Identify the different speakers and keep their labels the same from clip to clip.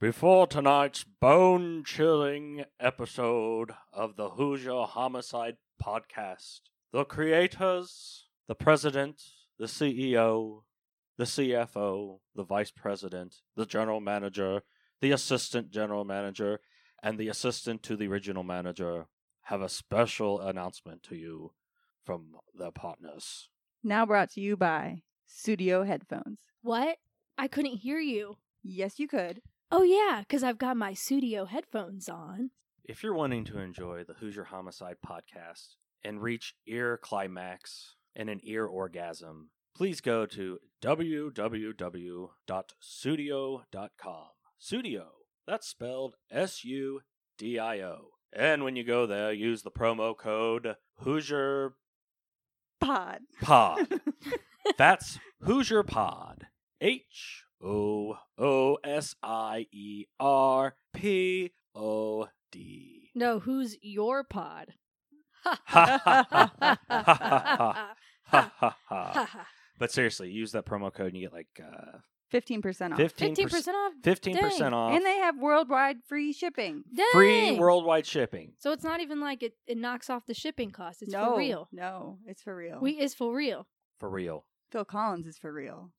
Speaker 1: Before tonight's bone chilling episode of the Hoosier Homicide Podcast, the creators, the president, the CEO, the CFO, the vice president, the general manager, the assistant general manager, and the assistant to the original manager have a special announcement to you from their partners.
Speaker 2: Now brought to you by Studio Headphones.
Speaker 3: What? I couldn't hear you.
Speaker 2: Yes, you could.
Speaker 3: Oh, yeah, because I've got my studio headphones on.
Speaker 1: If you're wanting to enjoy the Hoosier Homicide podcast and reach ear climax and an ear orgasm, please go to www.studio.com. Studio, that's spelled S U D I O. And when you go there, use the promo code Hoosier
Speaker 2: Pod.
Speaker 1: Pod. That's Hoosier Pod. H O O S I E R P O D.
Speaker 3: No, who's your pod?
Speaker 1: Ha, ha, ha, ha, ha, Ha ha ha. But seriously, use that promo code and you get like uh,
Speaker 2: 15% off.
Speaker 1: 15%,
Speaker 3: 15% off?
Speaker 1: 15%
Speaker 3: Dang.
Speaker 1: off.
Speaker 2: And they have worldwide free shipping.
Speaker 1: free
Speaker 3: Dang!
Speaker 1: worldwide shipping.
Speaker 3: So it's not even like it, it knocks off the shipping cost. It's
Speaker 2: no,
Speaker 3: for real.
Speaker 2: No, it's for real.
Speaker 3: We is for real.
Speaker 1: For real.
Speaker 2: Phil Collins is for real.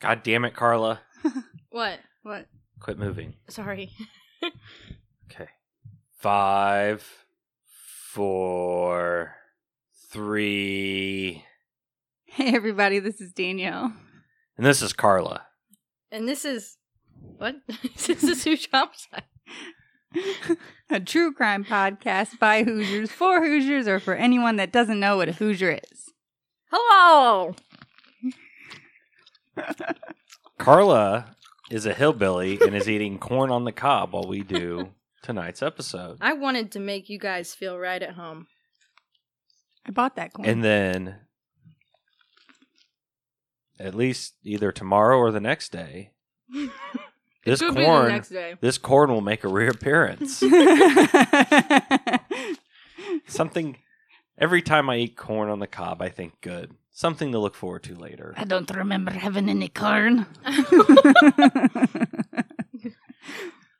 Speaker 1: God damn it, Carla.
Speaker 3: What?
Speaker 2: What?
Speaker 1: Quit moving.
Speaker 3: Sorry.
Speaker 1: Okay. Five, four, three.
Speaker 2: Hey, everybody, this is Danielle.
Speaker 1: And this is Carla.
Speaker 3: And this is what? this is who jumps.
Speaker 2: a true crime podcast by Hoosiers, for Hoosiers, or for anyone that doesn't know what a Hoosier is.
Speaker 3: Hello.
Speaker 1: Carla is a hillbilly and is eating corn on the cob while we do tonight's episode.
Speaker 3: I wanted to make you guys feel right at home.
Speaker 2: I bought that coin.
Speaker 1: And then at least either tomorrow or the next day, this corn
Speaker 3: day.
Speaker 1: this corn will make a reappearance. Something every time I eat corn on the cob, I think good. Something to look forward to later.
Speaker 2: I don't remember having any corn.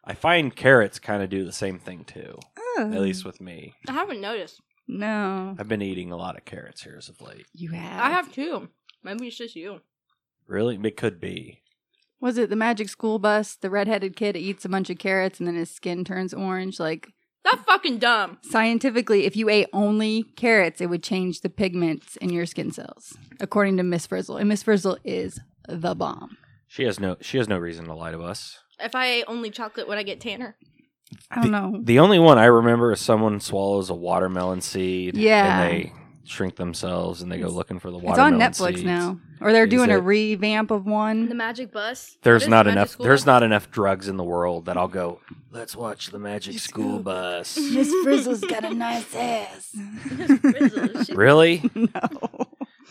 Speaker 1: I find carrots kind of do the same thing too. At
Speaker 2: Mm.
Speaker 1: least with me.
Speaker 3: I haven't noticed.
Speaker 2: No.
Speaker 1: I've been eating a lot of carrots here as of late.
Speaker 2: You have.
Speaker 3: I have two. Maybe it's just you.
Speaker 1: Really? It could be.
Speaker 2: Was it the magic school bus? The redheaded kid eats a bunch of carrots and then his skin turns orange. Like
Speaker 3: That fucking dumb.
Speaker 2: scientifically, if you ate only carrots, it would change the pigments in your skin cells, according to Miss Frizzle. And Miss Frizzle is the bomb.
Speaker 1: She has no she has no reason to lie to us.
Speaker 3: If I ate only chocolate, would I get tanner?
Speaker 2: I don't know.
Speaker 1: The only one I remember is someone swallows a watermelon seed
Speaker 2: Yeah.
Speaker 1: and they shrink themselves and they go
Speaker 2: It's-
Speaker 1: looking for the
Speaker 2: It's on
Speaker 1: watermelon.
Speaker 2: Netflix
Speaker 1: seeds.
Speaker 2: now, or they're
Speaker 1: Is
Speaker 2: doing
Speaker 1: it-
Speaker 2: a revamp of
Speaker 3: The
Speaker 2: one.
Speaker 3: magic bus.
Speaker 1: There's
Speaker 3: What is
Speaker 1: not
Speaker 3: the magic
Speaker 1: enough
Speaker 3: school
Speaker 1: there's
Speaker 3: bus?
Speaker 1: not enough drugs in the world that I'll go, let's watch the magic school bus.
Speaker 2: Miss Frizzle's got a nice ass.
Speaker 3: Frizzle, she-
Speaker 1: really?
Speaker 2: no.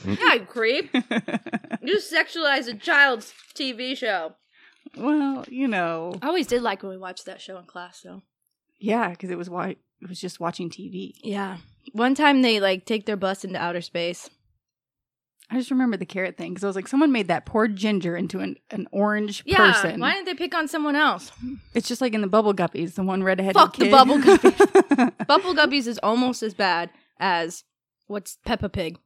Speaker 3: Yeah, creep. You sexualize a child's TV show.
Speaker 2: well, you know.
Speaker 3: I always did like when we watched that show in class, though.
Speaker 2: Yeah, because it was wa- it was just watching TV.
Speaker 3: Yeah. One time they like take their bus into outer space.
Speaker 2: I just remember the carrot thing because I was like, someone made that poor ginger into an, an orange
Speaker 3: Yeah.
Speaker 2: person.
Speaker 3: Why didn't they pick on someone else?
Speaker 2: It's just like in the bubble guppies, the one redheaded
Speaker 3: Fuck the
Speaker 2: kid.
Speaker 3: Bubble
Speaker 2: guppies.
Speaker 3: Bubble Guppies is almost as bad as what's Peppa Pig.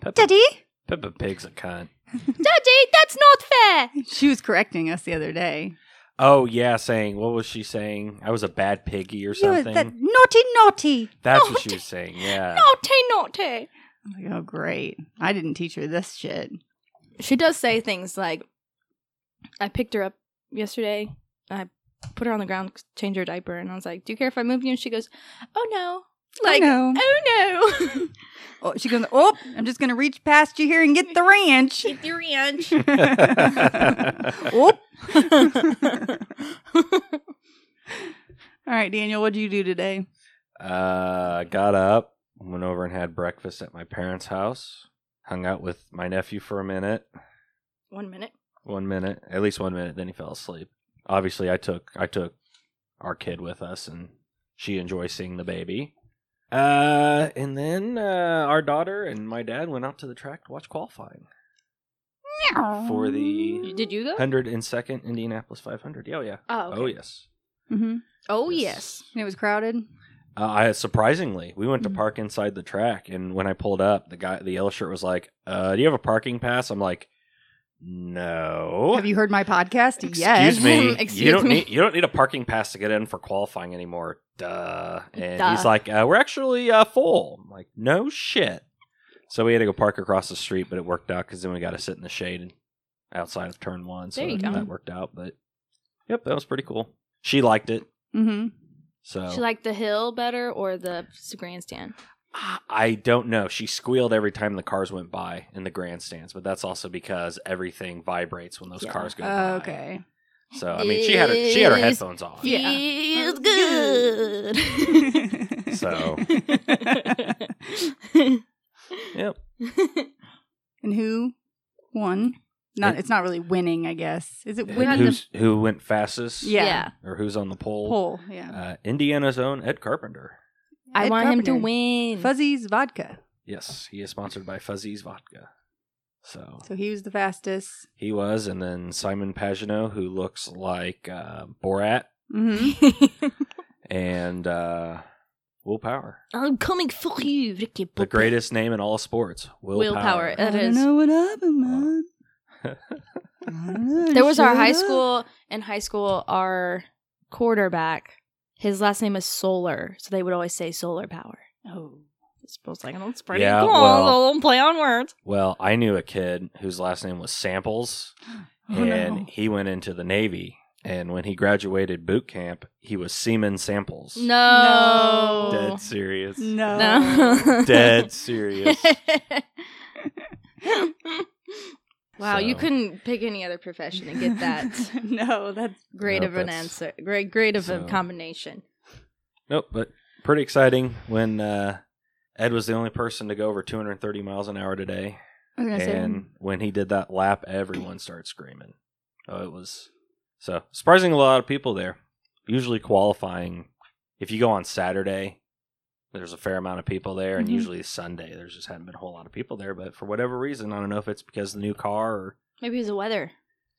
Speaker 1: Peppa,
Speaker 3: Daddy,
Speaker 1: Peppa Pig's a cunt.
Speaker 3: Daddy, that's not fair.
Speaker 2: she was correcting us the other day.
Speaker 1: Oh yeah, saying what was she saying? I was a bad piggy or something.
Speaker 2: naughty naughty.
Speaker 1: That's what she was saying. Yeah.
Speaker 3: Naughty, naughty.
Speaker 2: I'm like, oh great! I didn't teach her this shit.
Speaker 3: She does say things like, I picked her up yesterday. I put her on the ground, changed her diaper, and I was like, Do you care if I move you? And she goes, Oh no. Like,
Speaker 2: no.
Speaker 3: oh no.
Speaker 2: Oh, she goes, oh, I'm just gonna reach past you here and get the ranch.
Speaker 3: Get your ranch.
Speaker 2: oh. All right, Daniel, what did you do today?
Speaker 1: uh, got up, went over and had breakfast at my parents' house. Hung out with my nephew for a minute,
Speaker 3: One minute.
Speaker 1: one minute, at least one minute. Then he fell asleep. Obviously, I took I took our kid with us, and she enjoys seeing the baby. Uh, and then uh, our daughter and my dad went out to the track to watch qualifying for the
Speaker 3: Did you go?
Speaker 1: hundred and second Indianapolis five hundred. Oh yeah,
Speaker 3: Oh, okay.
Speaker 1: oh yes,
Speaker 2: hmm
Speaker 3: Oh,
Speaker 1: Yes.
Speaker 3: yes.
Speaker 2: And it was crowded.
Speaker 1: Uh, I surprisingly, we went to
Speaker 2: Mhm.
Speaker 1: park inside the track, and when I pulled up, the guy, the yellow shirt, was like, uh, "Do you have a parking pass?" I'm like, "No."
Speaker 2: Have you heard my podcast?
Speaker 1: Excuse
Speaker 2: yes.
Speaker 1: me. you
Speaker 3: Excuse
Speaker 1: don't
Speaker 3: me.
Speaker 1: need you don't need a parking pass to get in for qualifying anymore. Duh. And
Speaker 3: Duh.
Speaker 1: he's like, uh, "We're actually uh, full." I'm like, "No shit." So we had to go park across the street, but it worked out because then we got to sit in the shade and outside of turn one, so
Speaker 3: There you
Speaker 1: that,
Speaker 2: go.
Speaker 1: that worked out. But yep, that was pretty cool. She liked it,
Speaker 2: hmm
Speaker 1: so
Speaker 3: She liked the hill better or the grandstand?
Speaker 1: I don't know. She squealed every time the cars went by in the grandstands, but that's also because everything vibrates when those
Speaker 3: Yeah. Oh,
Speaker 1: cars go by.
Speaker 2: Okay.
Speaker 1: So I mean, she had her she had her headphones on.
Speaker 2: Yeah.
Speaker 3: Feels
Speaker 2: good.
Speaker 3: good.
Speaker 1: So. Yep.
Speaker 2: and who won? Not.
Speaker 1: It-
Speaker 2: It's not really winning, I guess. Is it
Speaker 1: Who-
Speaker 2: winning?
Speaker 1: Who's who went fastest?
Speaker 2: Yeah.
Speaker 1: Or who's on the pole?
Speaker 2: Poll. Yeah.
Speaker 1: Uh, Indiana's own Ed Carpenter.
Speaker 3: I
Speaker 2: Ed
Speaker 3: want him
Speaker 2: Carpenter.
Speaker 3: to win.
Speaker 2: Fuzzy's vodka.
Speaker 1: Yes, he is sponsored by Fuzzy's Vodka. So
Speaker 2: So he was the fastest.
Speaker 1: he was, and then Simon Pagino, who looks like uh, Borat,
Speaker 2: hmm
Speaker 1: and uh, Will Power,
Speaker 3: I'm coming for you, Ricky.
Speaker 1: the greatest name in all sports. Will,
Speaker 3: Will
Speaker 1: Power.
Speaker 3: Power. That is-
Speaker 2: what happened,
Speaker 1: Wow.
Speaker 2: I don't know, I
Speaker 3: There was
Speaker 2: just
Speaker 3: our
Speaker 2: showed
Speaker 3: high
Speaker 2: up.
Speaker 3: school. In high school, our quarterback, his last name is Solar, so they would always say Solar Power.
Speaker 2: Oh.
Speaker 3: It's supposed like I don't spread
Speaker 1: Yeah,
Speaker 3: yeah, cool.
Speaker 1: well-
Speaker 3: Don't play on words.
Speaker 1: Well, I knew a kid whose last name was Samples,
Speaker 2: Oh,
Speaker 1: and
Speaker 2: no.
Speaker 1: he went into the Navy. And when he graduated boot camp, he was Seaman Samples.
Speaker 3: No.
Speaker 1: Dead serious.
Speaker 2: No.
Speaker 3: No.
Speaker 1: Dead serious.
Speaker 3: wow, you
Speaker 1: So-
Speaker 3: couldn't pick any other profession and get that
Speaker 2: no, that's
Speaker 3: great
Speaker 1: Nope,
Speaker 3: of an
Speaker 1: that's-
Speaker 3: answer. Great great of
Speaker 1: So-
Speaker 3: a combination.
Speaker 1: Nope, but pretty exciting when uh, Ed was the only person to go over 230 miles an hour today.
Speaker 2: I was gonna say.
Speaker 1: And when he did that lap, everyone started screaming. Oh, it was so surprising a lot of people there. Usually qualifying, if you go on Saturday, there's a fair amount of people there, and
Speaker 2: Mhm.
Speaker 1: usually Sunday, there's just hadn't been a whole lot of people there. But for whatever reason, I don't know if it's because of the new car or
Speaker 3: Maybe it's the weather.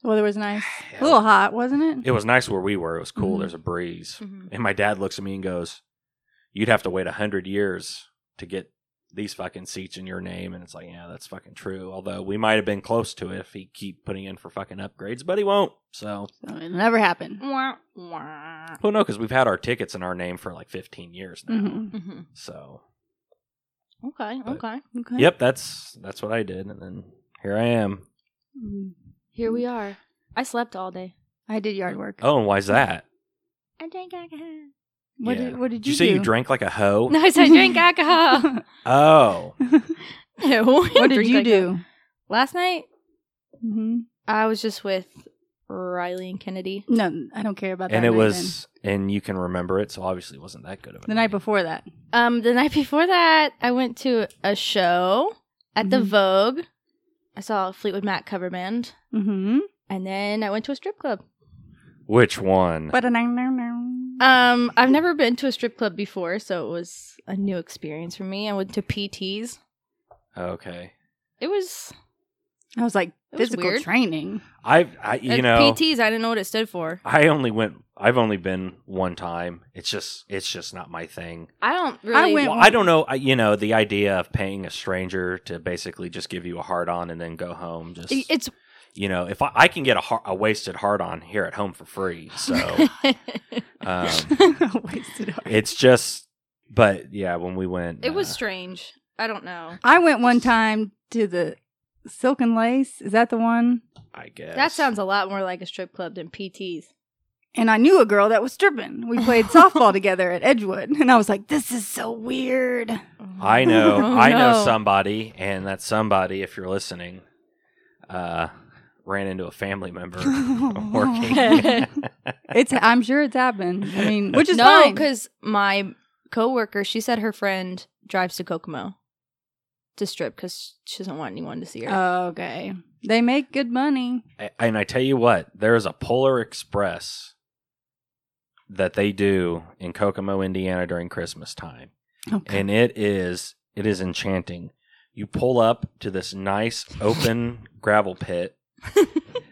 Speaker 2: Well, there was nice. A little hot, wasn't it?
Speaker 1: it was nice where we were. It was cool.
Speaker 2: Mhm.
Speaker 1: There's a breeze.
Speaker 3: mm-hmm.
Speaker 1: And my dad looks at me and goes, You'd have to wait a hundred years to get these fucking seats in your name. And it's like, yeah, that's fucking true. Although we might have been close to it if he keep putting in for fucking upgrades, but he won't. So
Speaker 2: So it never happened.
Speaker 3: Wah, wah.
Speaker 1: who knows? Because we've had our tickets in our name for like 15 years now.
Speaker 2: Mhm.
Speaker 3: Mhm.
Speaker 1: So
Speaker 3: Okay,
Speaker 1: But-
Speaker 3: okay.
Speaker 2: Okay.
Speaker 1: yep, that's that's what I did. And then here I am.
Speaker 2: Mm.
Speaker 3: Here we are. I slept all day.
Speaker 2: I did yard work.
Speaker 1: Oh, and why's that?
Speaker 3: I drank alcohol.
Speaker 2: What
Speaker 1: yeah.
Speaker 2: did What did
Speaker 1: Did
Speaker 2: you
Speaker 1: you say
Speaker 2: do?
Speaker 1: you drank like a hoe?
Speaker 3: No, I said I drank alcohol.
Speaker 1: Oh,
Speaker 3: No,
Speaker 2: what did you do?
Speaker 3: Last night,
Speaker 2: hmm
Speaker 3: I was just with Riley and Kennedy.
Speaker 2: No, I don't care about that.
Speaker 1: and it
Speaker 2: night
Speaker 1: was, and you can remember it. So obviously, it wasn't that good of a
Speaker 2: then. the night before that.
Speaker 3: Um, the night before that, I went to a show at the
Speaker 2: Mhm.
Speaker 3: Vogue. I saw a Fleetwood Mac cover band,
Speaker 2: Mm-hmm.
Speaker 3: and then I went to a strip club.
Speaker 1: Which one?
Speaker 2: But I
Speaker 3: Um, I've never been to a strip club before, so it was a new experience for me. I went to PTs.
Speaker 1: okay.
Speaker 3: It was
Speaker 2: was like
Speaker 3: That was
Speaker 2: physical
Speaker 3: weird.
Speaker 2: training.
Speaker 1: I've, I, you
Speaker 3: uh,
Speaker 1: know,
Speaker 3: PTs. I didn't know what it stood for.
Speaker 1: I only went. I've only been one time. It's just. It's just not my thing.
Speaker 3: I don't really.
Speaker 2: went-
Speaker 1: Well,
Speaker 2: one-
Speaker 1: I don't know. I, you know, the idea of paying a stranger to basically just give you a hard on and then go home. Just
Speaker 3: It's
Speaker 1: you know, if I, I can get a, har- a wasted hard on here at home for free, so um,
Speaker 2: Wasted hard.
Speaker 1: it's just. But yeah, when we went,
Speaker 3: it was
Speaker 1: uh,
Speaker 3: strange. I don't know.
Speaker 2: I went one time to the Silk and Lace. Is that the one?
Speaker 1: I guess
Speaker 3: That sounds a lot more like a strip club than PTs.
Speaker 2: And I knew a girl that was stripping. We played softball together at Edgewood, and I was like, "This is so weird."
Speaker 1: I know.
Speaker 3: Oh,
Speaker 1: I know
Speaker 3: no.
Speaker 1: somebody, and that somebody, if you're listening, uh, ran into a family member working.
Speaker 2: It's. I'm sure it's happened. I mean, which is
Speaker 3: no,
Speaker 2: fine.
Speaker 3: because my coworker, she said her friend drives to Kokomo to strip because she doesn't want anyone to see
Speaker 2: Uh,
Speaker 3: her.
Speaker 2: Okay. They make good money.
Speaker 1: A- And I tell you what, there is a Polar Express that they do in Kokomo, Indiana during Christmas time.
Speaker 2: Okay.
Speaker 1: And it is it is enchanting. You pull up to this nice open gravel pit.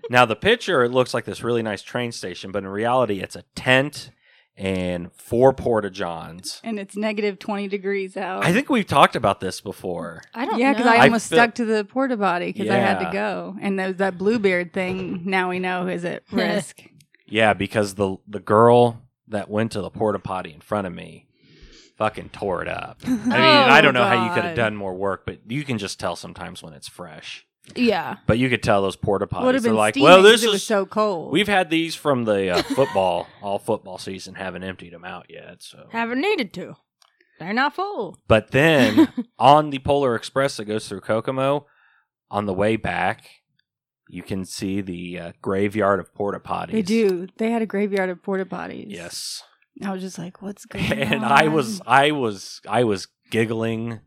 Speaker 1: Now the picture it looks like this really nice train station, but in reality it's a tent and four porta johns.
Speaker 2: And it's negative 20 degrees out.
Speaker 1: I think we've talked about this before.
Speaker 3: I don't
Speaker 2: yeah,
Speaker 3: know.
Speaker 2: because I
Speaker 1: I
Speaker 2: almost
Speaker 1: feel-
Speaker 2: stuck to the porta potty because I had
Speaker 1: Yeah.
Speaker 2: to go. And there was that Bluebeard thing, now we know is at risk.
Speaker 1: Yeah, because the the girl that went to the porta potty in front of me fucking tore it up. I mean, I
Speaker 3: Oh,
Speaker 1: don't know how you could have
Speaker 3: God.
Speaker 1: done more work, but you can just tell sometimes when it's fresh.
Speaker 3: yeah.
Speaker 1: But you could tell those porta potties
Speaker 2: Would
Speaker 1: are
Speaker 2: have been
Speaker 1: like,
Speaker 2: steaming
Speaker 1: well, this
Speaker 2: 'cause it was
Speaker 1: is.
Speaker 2: so cold.
Speaker 1: We've had these from the uh, football all football season, haven't emptied them out yet. So,
Speaker 3: Haven't needed to. They're not full.
Speaker 1: but then on the Polar Express that goes through Kokomo, on the way back, you can see the uh, graveyard of porta potties.
Speaker 2: they do. They had a graveyard of porta potties.
Speaker 1: Yes.
Speaker 2: I was just like, what's going on?
Speaker 1: and I was I was I was giggling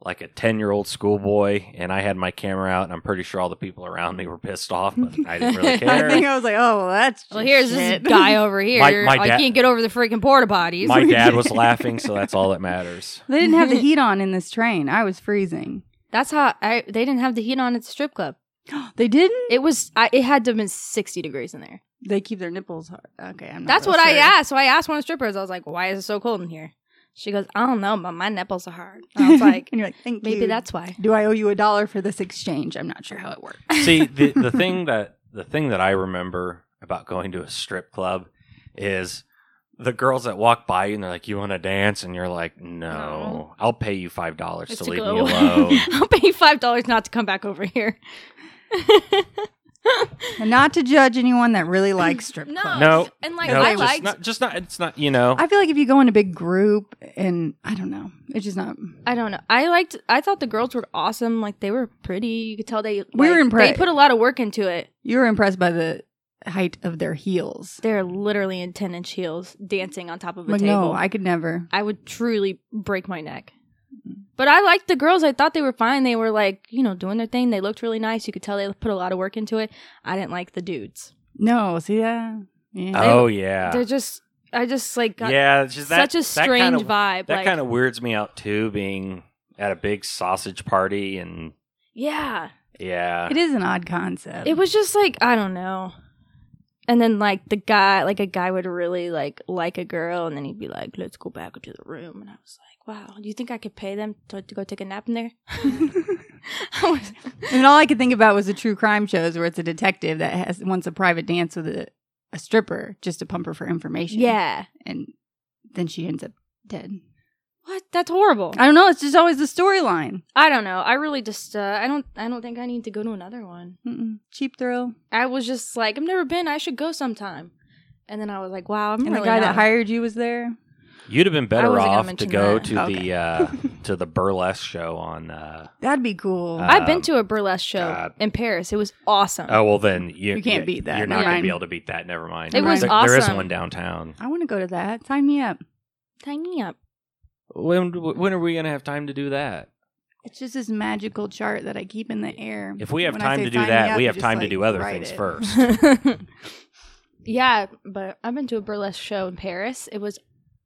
Speaker 1: like a ten year old schoolboy, and I had my camera out, and I'm pretty sure all the people around me were pissed off, but I didn't really
Speaker 2: I
Speaker 1: care.
Speaker 2: think I was like, oh, well, that's.
Speaker 3: Well,
Speaker 2: just
Speaker 3: here's
Speaker 2: shit.
Speaker 3: this guy over here.
Speaker 1: My- my
Speaker 3: I
Speaker 1: dad-
Speaker 3: can't get over the freaking porta potties.
Speaker 1: my dad was laughing, so that's all that matters.
Speaker 2: they didn't have the heat on in this train. I was freezing.
Speaker 3: That's how I. They didn't have the heat on at the strip club.
Speaker 2: They didn't.
Speaker 3: It was. I, it had to have been sixty degrees in there.
Speaker 2: They keep their nipples hard. Okay, I'm. Not
Speaker 3: That's
Speaker 2: real
Speaker 3: what I
Speaker 2: sure.
Speaker 3: asked. So I asked one of the strippers. I was like, "Why is it so cold in here?" She goes, "I don't know, but my nipples are hard." And I was like,
Speaker 2: and you're like, thank
Speaker 3: "Maybe
Speaker 2: you.
Speaker 3: that's why."
Speaker 2: Do I owe you a dollar for this exchange? I'm not sure how it works.
Speaker 1: See, the the thing that the thing that I remember about going to a strip club is the girls that walk by you and they're like, "You want to dance?" and you're like, "No,
Speaker 3: No.
Speaker 1: I'll pay you five dollars
Speaker 3: It's
Speaker 1: to
Speaker 3: to
Speaker 1: leave
Speaker 3: go
Speaker 1: me
Speaker 3: away.
Speaker 1: alone."
Speaker 3: I'll pay you five dollars not to come back over here.
Speaker 2: And not to judge anyone that really likes strip
Speaker 3: no,
Speaker 2: clubs.
Speaker 1: No.
Speaker 3: and like
Speaker 1: No,
Speaker 3: I
Speaker 1: just
Speaker 3: liked.
Speaker 1: not, just not. It's not. You know,
Speaker 2: I feel like if you go in a big group, and I don't know, it's just not.
Speaker 3: I don't know. I liked. I thought the girls were awesome. Like they were pretty. You could tell they. Like,
Speaker 2: were
Speaker 3: They
Speaker 2: impressed.
Speaker 3: put a lot of work into it.
Speaker 2: You were impressed by the height of their heels.
Speaker 3: They're literally in ten inch heels, dancing on top of a
Speaker 2: Like,
Speaker 3: table.
Speaker 2: no, I could never.
Speaker 3: I would truly break my neck. But I liked the girls. I thought they were fine. They were like, you know, doing their thing. They looked really nice. You could tell they put a lot of work into it. I didn't like the dudes.
Speaker 2: No, see that? Yeah.
Speaker 1: oh yeah,
Speaker 3: They're just, I just like got
Speaker 1: yeah. It's just that,
Speaker 3: such a
Speaker 1: that
Speaker 3: strange
Speaker 1: kinda-
Speaker 3: vibe.
Speaker 1: That
Speaker 3: like,
Speaker 1: kind of weirds me out too, being at a big sausage party and
Speaker 3: yeah.
Speaker 1: yeah.
Speaker 2: it is an odd concept.
Speaker 3: It was just like I don't know. And then like the guy, like a guy would really like like a girl, and then he'd be like, "Let's go back into the room." And I was like, "Wow, do you think I could pay them to, to go take a nap in there?" I was-
Speaker 2: And all I could think about was the true crime shows where it's a detective that has wants a private dance with a, a stripper just to pump her for information.
Speaker 3: yeah.
Speaker 2: And then she ends up dead.
Speaker 3: What? That's horrible.
Speaker 2: I don't know. It's just always the storyline.
Speaker 3: I don't know. I really just uh, I don't I don't think I need to go to another one.
Speaker 2: Mm-mm. Cheap thrill.
Speaker 3: I was just like, I've never been. I should go sometime. And then I was like, wow, I'm
Speaker 2: And
Speaker 3: really
Speaker 2: the guy
Speaker 3: not-
Speaker 2: that hired you was there.
Speaker 1: You'd have been
Speaker 3: I
Speaker 1: better
Speaker 3: wasn't gonna
Speaker 1: off to
Speaker 3: mention
Speaker 1: go
Speaker 3: that.
Speaker 1: to
Speaker 2: Okay.
Speaker 1: the uh, to the burlesque show on. Uh,
Speaker 2: That'd be cool.
Speaker 1: Uh,
Speaker 3: I've been to a burlesque show
Speaker 1: God.
Speaker 3: in Paris. It was awesome.
Speaker 1: oh well, then you,
Speaker 2: You can't beat that.
Speaker 1: You're not gonna
Speaker 2: Fine.
Speaker 1: be able to beat that. Never mind.
Speaker 3: It
Speaker 2: was
Speaker 1: there, There is
Speaker 3: awesome.
Speaker 1: one downtown.
Speaker 2: I want to go to that. Sign me up.
Speaker 3: Tie me up.
Speaker 1: When when are we gonna have time to do that?
Speaker 2: It's just this magical chart that I keep in the air.
Speaker 1: If we have
Speaker 2: When I
Speaker 1: time
Speaker 2: say
Speaker 1: to do
Speaker 2: sign me
Speaker 1: that,
Speaker 2: up,
Speaker 1: we
Speaker 2: you
Speaker 1: have
Speaker 2: just,
Speaker 1: time to
Speaker 2: like,
Speaker 1: do other
Speaker 2: write
Speaker 1: things
Speaker 2: it.
Speaker 1: first.
Speaker 3: yeah, but I've been to a burlesque show in Paris. It was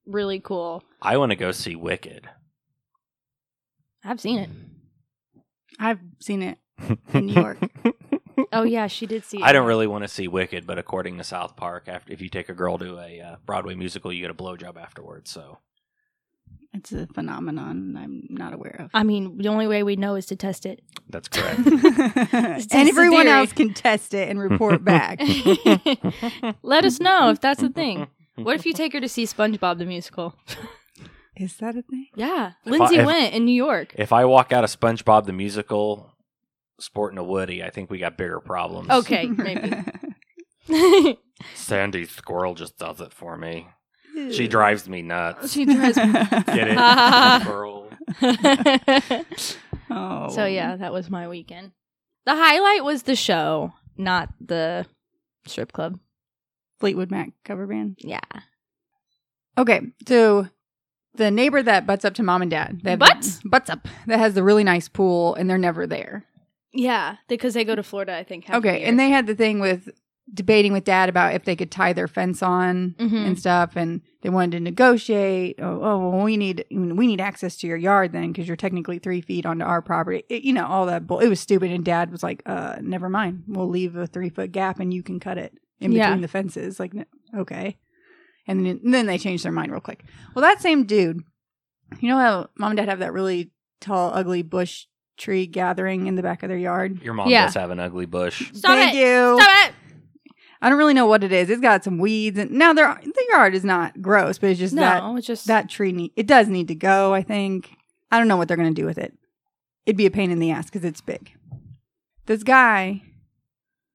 Speaker 3: really cool.
Speaker 1: I want to go see Wicked.
Speaker 3: I've seen it.
Speaker 2: I've seen it. In New York.
Speaker 3: Oh yeah, she did see it.
Speaker 1: I don't really want to see Wicked, but according to South Park, after if you take a girl to a uh, Broadway musical, you get a blowjob afterwards. So
Speaker 2: It's a phenomenon I'm not aware of.
Speaker 3: I mean, the only way we know is to test it.
Speaker 1: that's correct.
Speaker 2: and
Speaker 3: just a
Speaker 2: everyone
Speaker 3: theory.
Speaker 2: else can test it and report back.
Speaker 3: Let us know if that's a thing. What if you take her to see SpongeBob the musical?
Speaker 2: Is that a thing?
Speaker 3: Yeah,
Speaker 1: If I-
Speaker 3: Lindsay
Speaker 1: if-
Speaker 3: went in New York.
Speaker 1: If I walk out of SpongeBob the musical sporting a Woody, I think we got bigger problems.
Speaker 3: Okay, maybe. she
Speaker 1: Sandy Squirrel just does it for me. She drives me nuts.
Speaker 3: drives.
Speaker 1: Get it?
Speaker 3: Ah.
Speaker 1: Squirrel.
Speaker 2: Oh.
Speaker 3: so yeah, that was my weekend. The highlight was the show, not the strip club.
Speaker 2: Fleetwood Mac cover band.
Speaker 3: Yeah,
Speaker 2: Okay, so the neighbor that butts up to mom and dad. That
Speaker 3: Butts?
Speaker 2: butts up. That has the really nice pool, and they're never there.
Speaker 3: Yeah, because they go to Florida, I think. half the
Speaker 2: Okay,
Speaker 3: year.
Speaker 2: and they had the thing with debating with dad about if they could tie their fence on
Speaker 3: Mhm.
Speaker 2: and stuff, and they wanted to negotiate. Oh, oh well, we need we need access to your yard then because you're technically three feet onto our property. It- you know all that. Bull- it was stupid, and dad was like, "Uh, never mind. We'll leave a three foot gap, and you can cut it in between
Speaker 3: Yeah.
Speaker 2: the fences." Like, "No- okay, and then, and then they changed their mind real quick. Well, that same dude, you know how mom and dad have that really tall, ugly bush tree gathering in the back of their yard.
Speaker 1: Your mom
Speaker 3: Yeah.
Speaker 1: does have an ugly bush.
Speaker 3: Stop
Speaker 2: Thank
Speaker 3: it!
Speaker 2: you.
Speaker 3: Stop it!
Speaker 2: I don't really know what it is. It's got some weeds, and now there the yard is not gross, but it's just that
Speaker 3: no, it's just
Speaker 2: that tree need it does need to go. I think I don't know what they're gonna do with it. It'd be a pain in the ass because it's big. This guy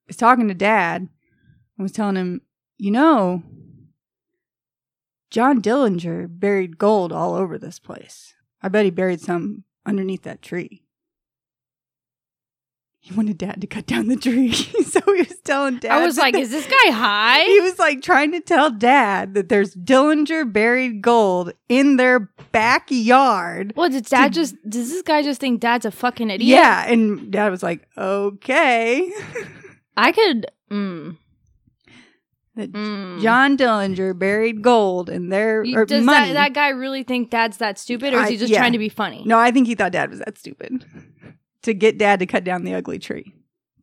Speaker 2: is talking to Dad and was telling him, you know, John Dillinger buried gold all over this place. I bet he buried some underneath that tree. He wanted Dad to cut down the tree, so he was telling Dad.
Speaker 3: I was
Speaker 2: that
Speaker 3: like,
Speaker 2: the-
Speaker 3: is this guy high?
Speaker 2: he was like trying to tell dad that there's Dillinger buried gold in their backyard.
Speaker 3: Well, did dad just? Does this guy just think dad's a fucking idiot?
Speaker 2: Yeah. And dad was like, okay.
Speaker 3: I could. Mm,
Speaker 2: That
Speaker 3: mm.
Speaker 2: John Dillinger buried gold in their
Speaker 3: You-
Speaker 2: or
Speaker 3: does
Speaker 2: money.
Speaker 3: that, that guy really think dad's that stupid, or is
Speaker 2: I-
Speaker 3: he just
Speaker 2: yeah.
Speaker 3: trying to be funny?
Speaker 2: no, I think he thought dad was that stupid to get dad to cut down the ugly tree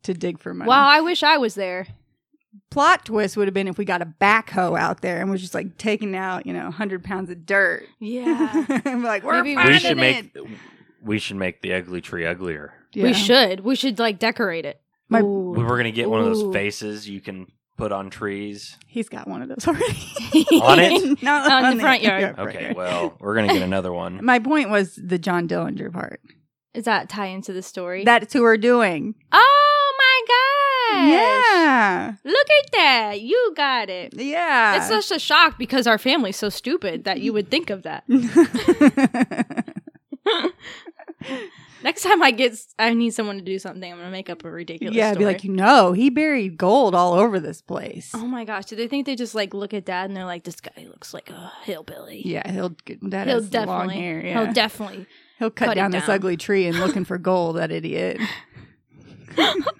Speaker 2: to dig for money.
Speaker 3: Wow, I wish I was there.
Speaker 2: Plot twist would have been if we got a backhoe out there and was just like taking out, you know, 100 pounds of dirt.
Speaker 3: Yeah,
Speaker 2: And we're like, we're
Speaker 3: Maybe we
Speaker 2: finding
Speaker 1: we should
Speaker 2: it.
Speaker 1: make we should make the ugly tree uglier.
Speaker 2: Yeah.
Speaker 3: we should. We should like decorate it.
Speaker 2: My-
Speaker 3: Ooh.
Speaker 1: We were gonna get one of
Speaker 3: Ooh.
Speaker 1: those faces you can put on trees.
Speaker 2: He's got one of those already.
Speaker 1: On it?
Speaker 2: Not
Speaker 3: On the front yard.
Speaker 2: front
Speaker 1: Okay,
Speaker 2: yard.
Speaker 1: well, we're gonna get another one.
Speaker 2: My point was the John Dillinger part.
Speaker 3: Does that tie into the story?
Speaker 2: That's who we're doing.
Speaker 3: oh my gosh!
Speaker 2: Yeah.
Speaker 3: Look at that. You got it.
Speaker 2: Yeah.
Speaker 3: It's such a shock because our family's so stupid that you would think of that. Next time I get, s- I need someone to do something. I'm gonna make up a ridiculous.
Speaker 2: yeah, I'd be
Speaker 3: story.
Speaker 2: like, you know, he buried gold all over this place.
Speaker 3: oh my gosh, do they think they just like look at dad and they're like, this guy looks like a hillbilly?
Speaker 2: Yeah, he'll that
Speaker 3: he'll
Speaker 2: has the long
Speaker 3: definitely,
Speaker 2: hair. Yeah.
Speaker 3: he'll definitely.
Speaker 2: He'll cut,
Speaker 3: cut it
Speaker 2: down, this
Speaker 3: down.
Speaker 2: ugly tree and looking for gold, that idiot.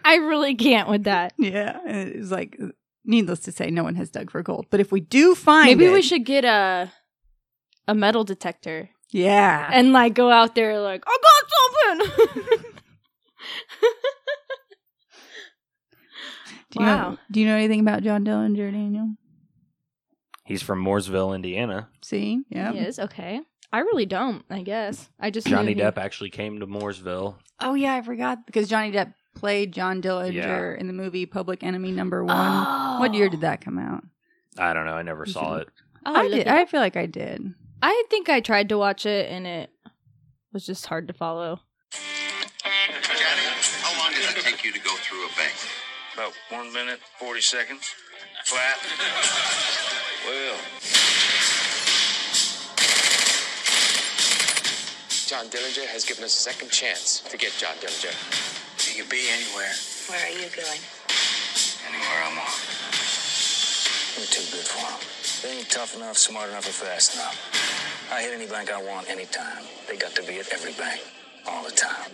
Speaker 3: I really can't with that.
Speaker 2: Yeah. and It was like needless to say, no one has dug for gold. But if we do find
Speaker 3: Maybe we
Speaker 2: it-
Speaker 3: should get a a metal detector
Speaker 2: Yeah.
Speaker 3: and like go out there like, I got something.
Speaker 2: do you
Speaker 3: wow.
Speaker 2: know do you know anything about John Dillinger, Daniel?
Speaker 1: He's from Mooresville, Indiana.
Speaker 2: See? Yeah.
Speaker 3: Yes, okay. I really don't. I guess I just knew
Speaker 1: Johnny
Speaker 3: he-
Speaker 1: Depp actually came to Mooresville.
Speaker 2: Oh yeah, I forgot because Johnny Depp played John Dillinger
Speaker 1: Yeah.
Speaker 2: in the movie Public Enemy Number One.
Speaker 3: Oh.
Speaker 2: What year did that come out?
Speaker 1: I don't know. I never
Speaker 2: You
Speaker 1: saw
Speaker 2: should
Speaker 1: it.
Speaker 3: Oh,
Speaker 2: I
Speaker 3: look
Speaker 2: did.
Speaker 3: at
Speaker 2: I feel like I did.
Speaker 3: I think I tried to watch it and it was just hard to follow.
Speaker 4: Johnny, how long does it take you to go through a bank?
Speaker 5: About one minute, 40 seconds. Flat. Well,
Speaker 6: John Dillinger has given us a second chance to get John Dillinger.
Speaker 4: You can be anywhere.
Speaker 7: Where are you going?
Speaker 5: anywhere I want. I'm too good for them. They ain't tough enough, smart enough, or fast enough. I hit any bank I want anytime. They got to be at every bank, all the time.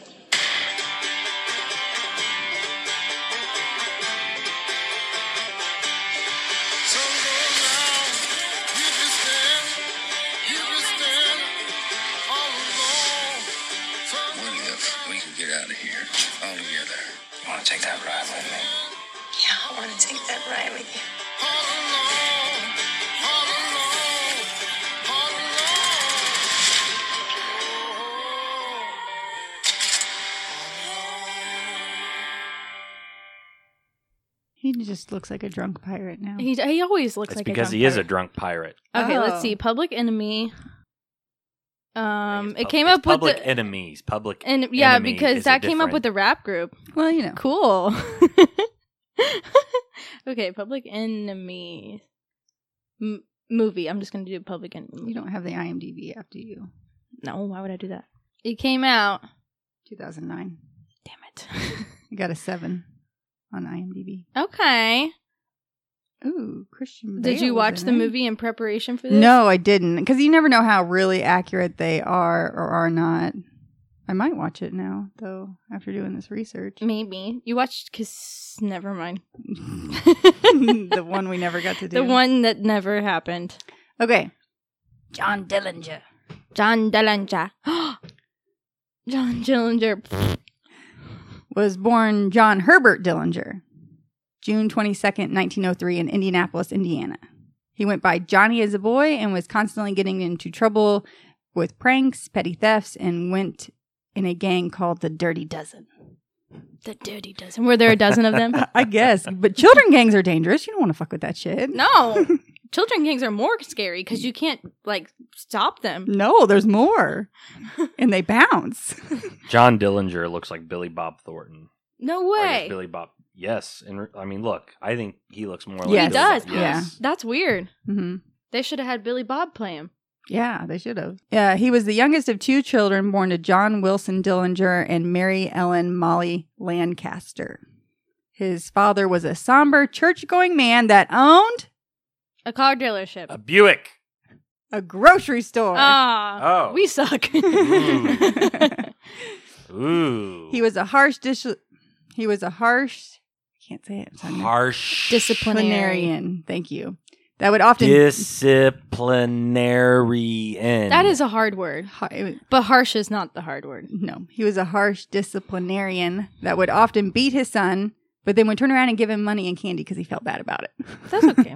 Speaker 4: What if we could get out of here all together?
Speaker 5: You want to take that ride with me?
Speaker 7: Yeah, I want to take that ride with you.
Speaker 2: He just looks like a drunk pirate now.
Speaker 3: He, he always looks
Speaker 1: It's
Speaker 3: like
Speaker 1: because
Speaker 3: a drunk
Speaker 1: he is a
Speaker 3: pirate.
Speaker 1: drunk pirate.
Speaker 3: Okay,
Speaker 2: Oh.
Speaker 3: let's see. Public Enemy. Um,
Speaker 1: It's
Speaker 3: it
Speaker 1: pub-
Speaker 3: came
Speaker 1: it's
Speaker 3: up with
Speaker 1: public
Speaker 3: the
Speaker 1: enemies. Public
Speaker 3: and yeah
Speaker 1: enemy
Speaker 3: because
Speaker 1: is a
Speaker 3: that came up
Speaker 1: different-
Speaker 3: with the rap group.
Speaker 2: well, you know,
Speaker 3: Cool. okay, Public Enemy M- movie. I'm just gonna do Public Enemy.
Speaker 2: you don't have the IMDb after you.
Speaker 3: No, why would I do that? It came out.
Speaker 2: 2009.
Speaker 3: Damn it.
Speaker 2: I got a seven on IMDb.
Speaker 3: Okay.
Speaker 2: Ooh, Christian. Bale
Speaker 3: Did you
Speaker 2: was
Speaker 3: watch
Speaker 2: in
Speaker 3: the
Speaker 2: it.
Speaker 3: movie in preparation for this?
Speaker 2: No, I didn't, because you never know how really accurate they are or are not. I might watch it now, though, after doing this research.
Speaker 3: Maybe. You watched Kiss. Never mind.
Speaker 2: the one we never got to do.
Speaker 3: The one that never happened.
Speaker 2: Okay. John Dillinger.
Speaker 3: John Dillinger. John Dillinger. Pfft.
Speaker 2: was born John Herbert Dillinger, June 22nd, 1903, in Indianapolis, Indiana. He went by Johnny as a boy and was constantly getting into trouble with pranks, petty thefts, and went in a gang called the Dirty Dozen.
Speaker 3: The dirty dozen. Were there a dozen of them?
Speaker 2: I guess, but children gangs are dangerous. You don't want to fuck with that shit.
Speaker 3: No. Children gangs are more scary because you can't like stop them.
Speaker 2: No, there's more. And they bounce.
Speaker 1: John Dillinger looks like Billy Bob Thornton.
Speaker 3: No
Speaker 1: Or I guess
Speaker 3: way.
Speaker 1: Billy Bob. Yes, and re- I mean, look, I think he looks more. like
Speaker 2: Yes. He
Speaker 1: Billy Bob-
Speaker 3: does.
Speaker 1: Yes.
Speaker 3: That's weird.
Speaker 2: hmm
Speaker 3: They should have had Billy Bob play him.
Speaker 2: Yeah, they should have. Yeah, he was the youngest of two children born to John Wilson Dillinger and Mary Ellen Molly Lancaster. His father was a somber church going man that owned
Speaker 3: A car dealership.
Speaker 1: A Buick.
Speaker 2: a grocery store.
Speaker 3: Ah,
Speaker 1: Oh.
Speaker 3: we suck.
Speaker 1: Mm. Ooh.
Speaker 2: he was a harsh dis- he was a harsh I can't say it. I'm sorry.
Speaker 1: harsh.
Speaker 2: disciplinarian. Thank you. That would often
Speaker 1: Disciplinarian.
Speaker 3: that is a hard word,
Speaker 2: har- it was-
Speaker 3: but harsh is not the hard word.
Speaker 2: no, he was a harsh disciplinarian that would often beat his son, but then would turn around and give him money and candy because he felt bad about it.
Speaker 3: That's okay.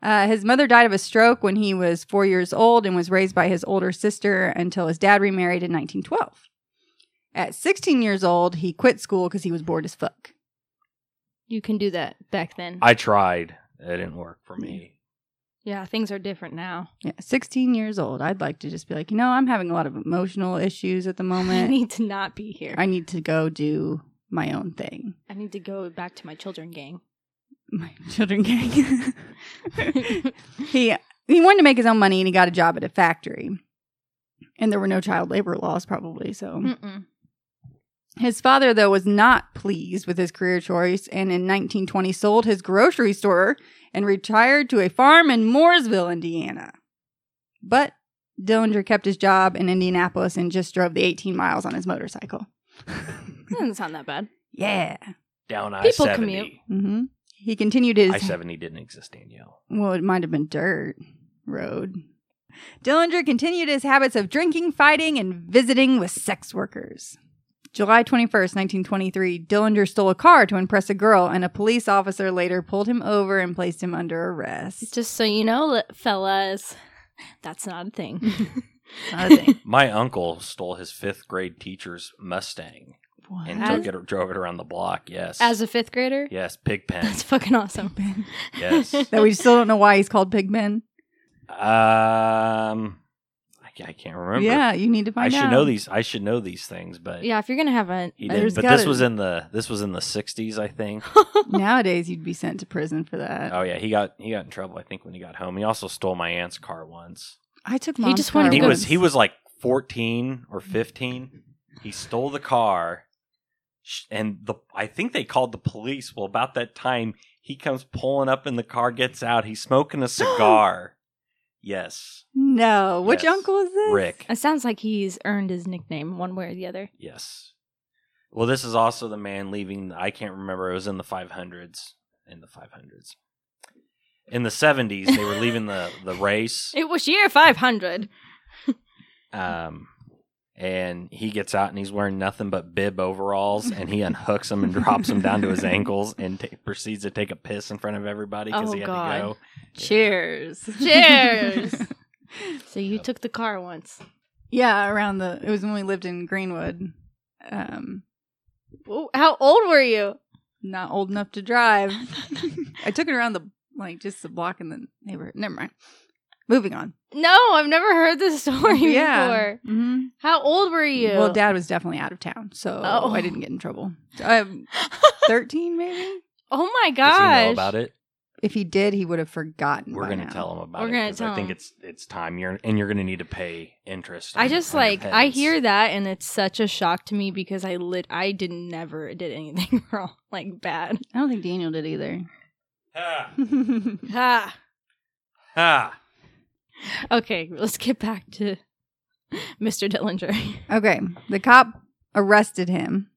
Speaker 2: Uh, his mother died of a stroke when he was four years old and was raised by his older sister until his dad remarried in 1912. At 16 years old, he quit school because he was bored as fuck.
Speaker 3: you can do that back then.
Speaker 1: I tried. It didn't work for
Speaker 3: Mm.
Speaker 1: me.
Speaker 3: yeah, things are different now.
Speaker 2: Yeah, 16 years old. I'd like to just be like, you know, I'm having a lot of emotional issues at the
Speaker 3: I
Speaker 2: moment.
Speaker 3: need to not be here.
Speaker 2: I need to go do my own thing.
Speaker 3: I need to go back to my children gang.
Speaker 2: My children gang. he he wanted to make his own money and he got a job at a factory. And there were no child labor laws probably, so
Speaker 3: Mm-mm.
Speaker 2: His father, though, was not pleased with his career choice and in 1920 sold his grocery store and retired to a farm in Mooresville, Indiana. But Dillinger kept his job in Indianapolis and just drove the 18 miles on his motorcycle.
Speaker 3: Doesn't sound that bad.
Speaker 2: yeah.
Speaker 1: Down I
Speaker 3: People commute.
Speaker 1: seventy.
Speaker 2: hmm He continued his.
Speaker 1: I seventy didn't exist, Danielle.
Speaker 2: Well, it might have been dirt road. Dillinger continued his habits of drinking, fighting, and visiting with sex workers. July 21st, 1923, Dillinger stole a car to impress a girl, and a police officer later pulled him over and placed him under arrest.
Speaker 3: Just so you know, li- fellas, that's not a thing.
Speaker 1: My uncle stole his fifth grade teacher's Mustang and
Speaker 3: As-
Speaker 1: took it, drove it around the block. Yes.
Speaker 3: As a fifth grader,
Speaker 1: yes, Pigpen.
Speaker 3: that's fucking awesome.
Speaker 1: Yes.
Speaker 2: that we still don't know why he's called Pigpen.
Speaker 1: Um, I, ca- I can't remember.
Speaker 2: Yeah, you need to
Speaker 1: I
Speaker 2: find out.
Speaker 1: should know these. I should know these things, but
Speaker 3: Yeah, if you're gonna have a
Speaker 1: he didn't.
Speaker 2: There's
Speaker 1: But
Speaker 2: gotta
Speaker 1: this was
Speaker 2: be-
Speaker 1: in the this was in the '60s, I think.
Speaker 2: Nowadays, you'd be sent to prison for that.
Speaker 1: oh yeah, he got he got in trouble. I think when he got home, he also stole my aunt's car once.
Speaker 2: I took
Speaker 3: He
Speaker 2: mom's
Speaker 3: just
Speaker 2: car
Speaker 3: wanted to
Speaker 1: He
Speaker 3: go-
Speaker 1: was he was like 14 or 15. He stole the car, sh- and the I think they called the police. Well, about that time, he comes pulling up in the car, gets out. He's smoking a cigar. yes,
Speaker 2: No, which
Speaker 1: Yes.
Speaker 2: uncle is this?
Speaker 1: Rick.
Speaker 3: It sounds like he's earned his nickname one way or the other.
Speaker 1: Yes. Well, this is also the man leaving. I can't remember. It was in the 500s. In the 500s. In the 70s, they were leaving the, the race.
Speaker 3: It was year 500.
Speaker 1: Um, and he gets out and he's wearing nothing but bib overalls and he unhooks them and drops them down to his ankles and ta proceeds to take a piss in front of everybody because
Speaker 3: Oh,
Speaker 1: he had
Speaker 3: God.
Speaker 1: to go.
Speaker 2: Cheers.
Speaker 3: Cheers. So you took the car once.
Speaker 2: Yeah, around the it was when we lived in Greenwood. Um
Speaker 3: Oh, how old were you?
Speaker 2: not old enough to drive. I took it around the like just the block in the neighborhood. Never mind. Moving on.
Speaker 3: No, I've never heard this story before.
Speaker 2: Mhm.
Speaker 3: How old were you?
Speaker 2: Well, dad was definitely out of town, so
Speaker 3: Oh.
Speaker 2: I didn't get in trouble. Um, 13 maybe?
Speaker 3: oh my
Speaker 1: Does
Speaker 3: gosh.
Speaker 1: he know about it?
Speaker 2: If he did, he would have forgotten.
Speaker 1: We're
Speaker 2: by
Speaker 1: gonna
Speaker 2: now.
Speaker 1: tell him about
Speaker 3: We're
Speaker 1: it.
Speaker 3: gonna
Speaker 1: 'cause
Speaker 3: tell
Speaker 1: I think
Speaker 3: him.
Speaker 1: it's it's time. You're and you're gonna need to pay interest.
Speaker 3: I
Speaker 1: on-
Speaker 3: just
Speaker 1: on your
Speaker 3: like I
Speaker 1: pens.
Speaker 3: hear that and it's such a shock to me because I lit I did never did anything wrong like bad.
Speaker 2: I don't think Daniel did either.
Speaker 1: Ha.
Speaker 3: Ha.
Speaker 1: Ha.
Speaker 3: Okay, let's get back to Mr. Dillinger.
Speaker 2: Okay. The cop arrested him,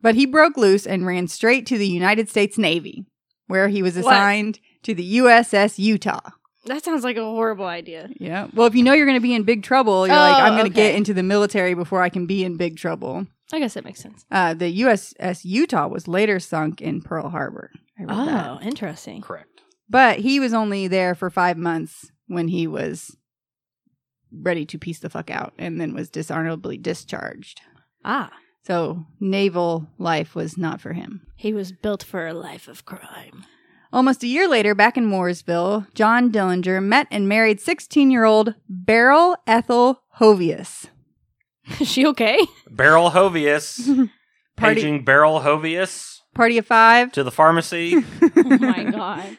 Speaker 2: but he broke loose and ran straight to the United States Navy, where he was
Speaker 3: What?
Speaker 2: assigned to the USS Utah.
Speaker 3: That sounds like a horrible idea.
Speaker 2: Yeah. Well, if you know you're going to be in big trouble, you're like,
Speaker 3: Oh,
Speaker 2: I'm going to
Speaker 3: okay.
Speaker 2: get into the military before I can be in big trouble.
Speaker 3: I guess that makes sense.
Speaker 2: Uh, the USS Utah was later sunk in Pearl Harbor. I read that.
Speaker 3: Oh, interesting.
Speaker 1: Correct.
Speaker 2: But he was only there for five months when he was ready to piece the fuck out and then was dishonorably discharged.
Speaker 3: Ah,
Speaker 2: So naval life was not for him.
Speaker 3: he was built for a life of crime.
Speaker 2: Almost a year later, back in Mooresville, John Dillinger met and married 16 year old Beryl Ethel Hovius.
Speaker 3: Is she okay?
Speaker 1: Beryl Hovius.
Speaker 2: Party-
Speaker 1: Paging Beryl Hovius
Speaker 2: Party of five.
Speaker 1: to the pharmacy.
Speaker 3: oh my god.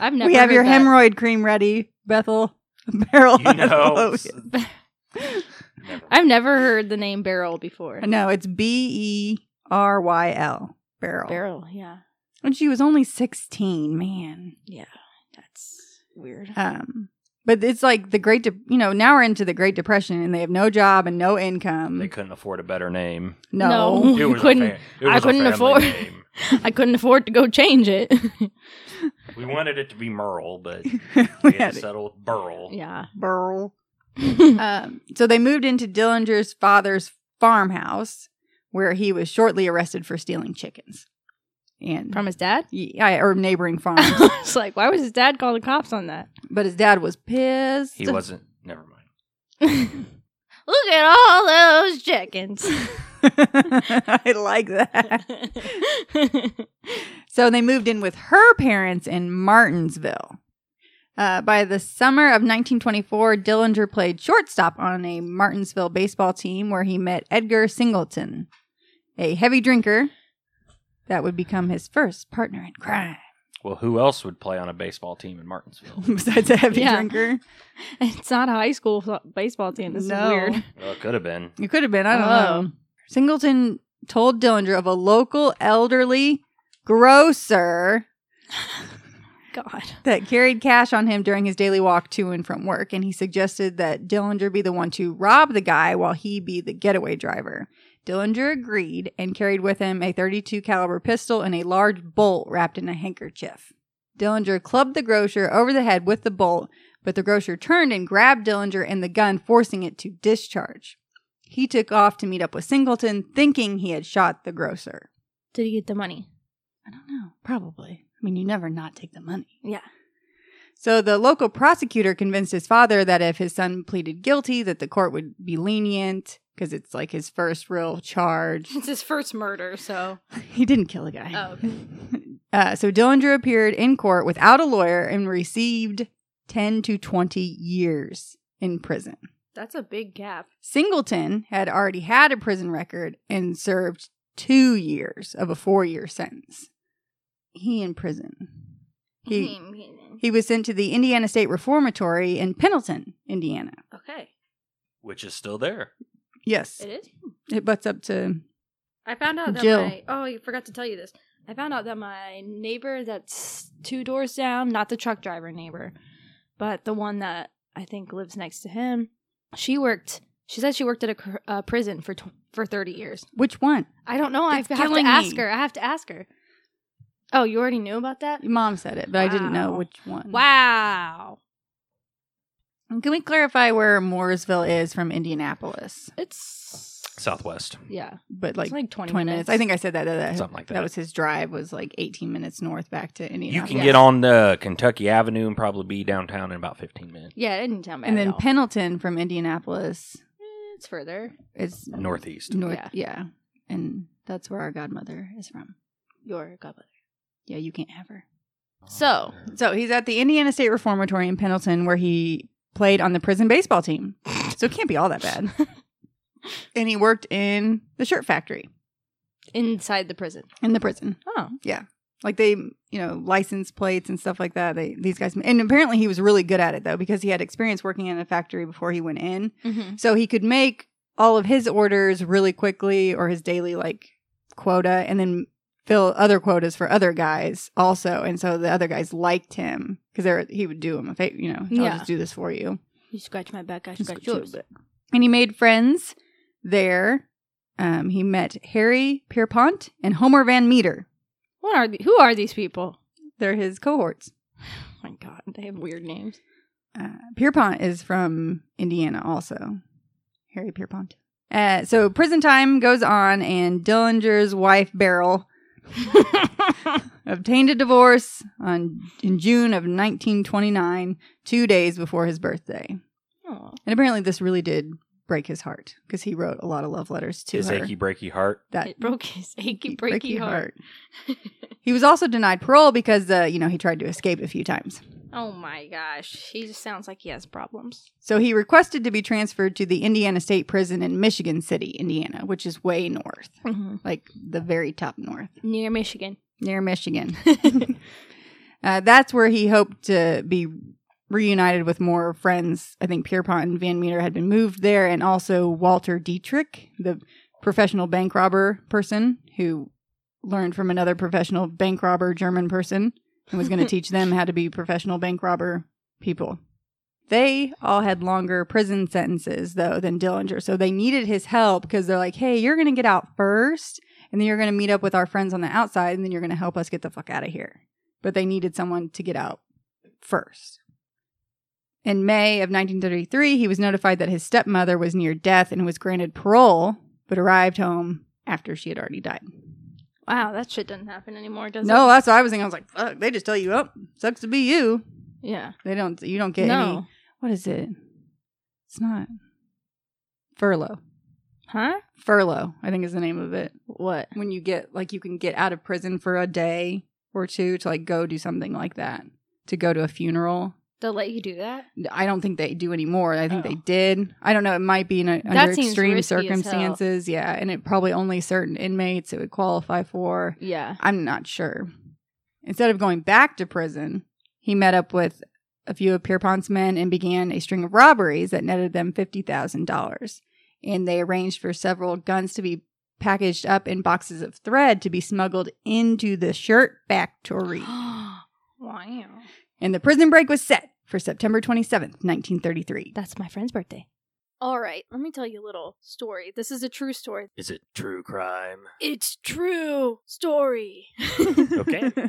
Speaker 3: I've never.
Speaker 2: we have
Speaker 3: heard
Speaker 2: your
Speaker 3: that.
Speaker 2: hemorrhoid cream ready, Bethel. Beryl.
Speaker 1: you know.
Speaker 2: Ethel Hovius.
Speaker 3: I've never heard the name Barrel before.
Speaker 2: No, it's B E R Y L. Beryl.
Speaker 3: Barrel, yeah,
Speaker 2: And she was only 16, man.
Speaker 3: yeah. That's weird.
Speaker 2: Um, but it's like the Great, De- you know, now we're into the Great Depression and they have no job and no income.
Speaker 1: They couldn't afford a better name.
Speaker 2: no.
Speaker 3: No.
Speaker 1: It was a
Speaker 3: couldn't-
Speaker 1: fa- it
Speaker 3: I
Speaker 1: was a
Speaker 3: couldn't
Speaker 1: family
Speaker 3: afford-
Speaker 1: name.
Speaker 3: I couldn't afford to go change it.
Speaker 1: We wanted it to be Merle, but
Speaker 2: We
Speaker 1: we had
Speaker 2: had
Speaker 1: to settle with Burl.
Speaker 3: yeah.
Speaker 2: Burl. um, so they moved into Dillinger's father's farmhouse where he was shortly arrested for stealing chickens. And
Speaker 3: From his dad?
Speaker 2: yeah, or neighboring farms.
Speaker 3: I was like, why was his dad call the cops on that?
Speaker 2: but his dad was pissed.
Speaker 1: He wasn't. Never mind.
Speaker 3: Look at all those chickens.
Speaker 2: I like that. So they moved in with her parents in Martinsville. Uh, by the summer of 1924, Dillinger played shortstop on a Martinsville baseball team where he met Edgar Singleton, a heavy drinker that would become his first partner in crime.
Speaker 1: Well, who else would play on a baseball team in Martinsville?
Speaker 2: Besides a heavy
Speaker 3: Yeah.
Speaker 2: drinker,
Speaker 3: it's not a high school fo- baseball team. This
Speaker 2: No.
Speaker 3: is weird.
Speaker 1: well, it could have been.
Speaker 2: it could have been. I don't
Speaker 3: Oh.
Speaker 2: know. Singleton told Dillinger of a local elderly grocer
Speaker 3: God.
Speaker 2: that carried cash on him during his daily walk to and from work, and he suggested that Dillinger be the one to rob the guy while he be the getaway driver. Dillinger agreed and carried with him a 32 caliber pistol and a large bolt wrapped in a handkerchief. Dillinger clubbed the grocer over the head with the bolt, but the grocer turned and grabbed Dillinger and the gun, forcing it to discharge. He took off to meet up with Singleton, thinking he had shot the grocer.
Speaker 3: Did he get the money?
Speaker 2: I don't know. Probably. I mean, you never not take the money.
Speaker 3: Yeah.
Speaker 2: So the local prosecutor convinced his father that if his son pleaded guilty, that the court would be lenient because it's like his first real charge.
Speaker 3: It's his first murder, so.
Speaker 2: he didn't kill a guy.
Speaker 3: Oh, okay.
Speaker 2: Uh, so Dillinger appeared in court without a lawyer and received 10 to 20 years in prison.
Speaker 3: That's a big gap.
Speaker 2: Singleton had already had a prison record and served two years of a four year sentence. He in prison. He,
Speaker 3: Hmm, Mm-hmm.
Speaker 2: he was sent to the Indiana State Reformatory in Pendleton, Indiana.
Speaker 3: okay.
Speaker 1: Which is still there.
Speaker 2: Yes.
Speaker 3: It is?
Speaker 2: It butts up to.
Speaker 3: I found out that
Speaker 2: Jill.
Speaker 3: my oh, I forgot to tell you this. I found out that my neighbor that's two doors down, not the truck driver neighbor, but the one that I think lives next to him, she worked. She said she worked at a cr- uh, prison for tw- for thirty years.
Speaker 2: Which one?
Speaker 3: I don't know. I have
Speaker 2: That's
Speaker 3: to
Speaker 2: killing
Speaker 3: ask
Speaker 2: me.
Speaker 3: her. I have to ask her. Oh, you already knew about that?
Speaker 2: Your mom said it, but I didn't know
Speaker 3: Wow.
Speaker 2: which one.
Speaker 3: Mm. Wow,
Speaker 2: Can we clarify where Mooresville is from Indianapolis?
Speaker 3: it's
Speaker 1: Southwest.
Speaker 3: yeah,
Speaker 2: But like,
Speaker 3: it's like twenty,
Speaker 2: 20 minutes. I think I said that. That, Uh, that,
Speaker 1: Something like that.
Speaker 2: was his drive, was like 18 minutes north back to
Speaker 1: You
Speaker 2: Indianapolis.
Speaker 1: can get on uh, Kentucky Avenue and probably be downtown in about 15 minutes.
Speaker 3: yeah, it didn't sound bad.
Speaker 2: And
Speaker 3: at
Speaker 2: then
Speaker 3: all.
Speaker 2: Pendleton from Indianapolis
Speaker 3: it's further.
Speaker 2: is
Speaker 1: Northeast.
Speaker 2: north. Yeah.
Speaker 3: Yeah.
Speaker 2: And that's where our godmother is from.
Speaker 3: Your godmother.
Speaker 2: Yeah, you can't have her.
Speaker 3: So
Speaker 2: So he's at the Indiana State Reformatory in Pendleton where he played on the prison baseball team. So it can't be all that bad. and he worked in the shirt factory
Speaker 3: inside the prison.
Speaker 2: in the prison.
Speaker 3: Oh,
Speaker 2: Like they, you know, license plates and stuff like that. They these guys and apparently he was really good at it though because he had experience working in a factory before he went in.
Speaker 3: mm-hmm.
Speaker 2: So he could make all of his orders really quickly or his daily like quota and then fill other quotas for other guys also, and so the other guys liked him because he would do him a favor. You know, I'll
Speaker 3: Yeah.
Speaker 2: just do this for you.
Speaker 3: You scratch my back, I
Speaker 2: Just
Speaker 3: scratch
Speaker 2: go to
Speaker 3: yours.
Speaker 2: it. And he made friends there. Um, he met Harry Pierpont and Homer Van Meter.
Speaker 3: What are the- who are these people?
Speaker 2: They're his cohorts.
Speaker 3: Oh my god, they have weird names.
Speaker 2: Uh, Pierpont is from Indiana, also. Harry Pierpont. Uh, so prison time goes on, and Dillinger's wife, Beryl, obtained a divorce on in June of 1929, two days before his birthday.
Speaker 3: Oh,
Speaker 2: And apparently, this really did break his heart because he wrote a lot of love letters to
Speaker 8: His
Speaker 2: her.
Speaker 8: achy breaky heart.
Speaker 2: that
Speaker 3: it broke his achy breaky heart.
Speaker 2: he was also denied parole because, uh, you know, he tried to escape a few times.
Speaker 3: Oh my gosh, he just sounds like he has problems.
Speaker 2: So he requested to be transferred to the Indiana State Prison in Michigan City, Indiana, which is way north, like the very top north
Speaker 3: Near Michigan.
Speaker 2: near Michigan. uh, that's where he hoped to be reunited with more friends. I think Pierpont and Van Meter had been moved there, and also Walter Dietrich, the professional bank robber person who learned from another professional bank robber German person and was going to teach them how to be professional bank robber people. They all had longer prison sentences though than Dillinger, so they needed his help because they're like, "Hey, you're going to get out first, and then you're going to meet up with our friends on the outside, and then you're going to help us get the fuck out of here." But they needed someone to get out first. In May of 1933, he was notified that his stepmother was near death and was granted parole, but arrived home after she had already died.
Speaker 3: Wow, that shit doesn't happen anymore, does
Speaker 2: No,
Speaker 3: it?
Speaker 2: that's what I was thinking. I was like, "Fuck!" They just tell you, "Oh, sucks to be you."
Speaker 3: Yeah.
Speaker 2: They don't. You don't get any
Speaker 3: no.
Speaker 2: what is it? It's not furlough.
Speaker 3: Huh?
Speaker 2: Furlough, I think is the name of it.
Speaker 3: What?
Speaker 2: When you get like you can get out of prison for a day or two to like go do something like that, to go to a funeral.
Speaker 3: They'll let you do that?
Speaker 2: I don't think they do anymore. I think
Speaker 3: Oh.
Speaker 2: they did. I don't know. It might be in a,
Speaker 3: That
Speaker 2: under
Speaker 3: seems
Speaker 2: extreme
Speaker 3: risky as hell.
Speaker 2: circumstances. Yeah, and it probably only certain inmates it would qualify for.
Speaker 3: Yeah.
Speaker 2: I'm not sure. Instead of going back to prison, he met up with a few of Pierpont's men and began a string of robberies that netted them $50,000. And they arranged for several guns to be packaged up in boxes of thread to be smuggled into the shirt factory.
Speaker 3: wow.
Speaker 2: And the prison break was set for September 27th, 1933.
Speaker 3: That's my friend's birthday. All right, let me tell you a little story. This is a true story.
Speaker 8: Is it true crime?
Speaker 3: It's true story.
Speaker 8: Okay.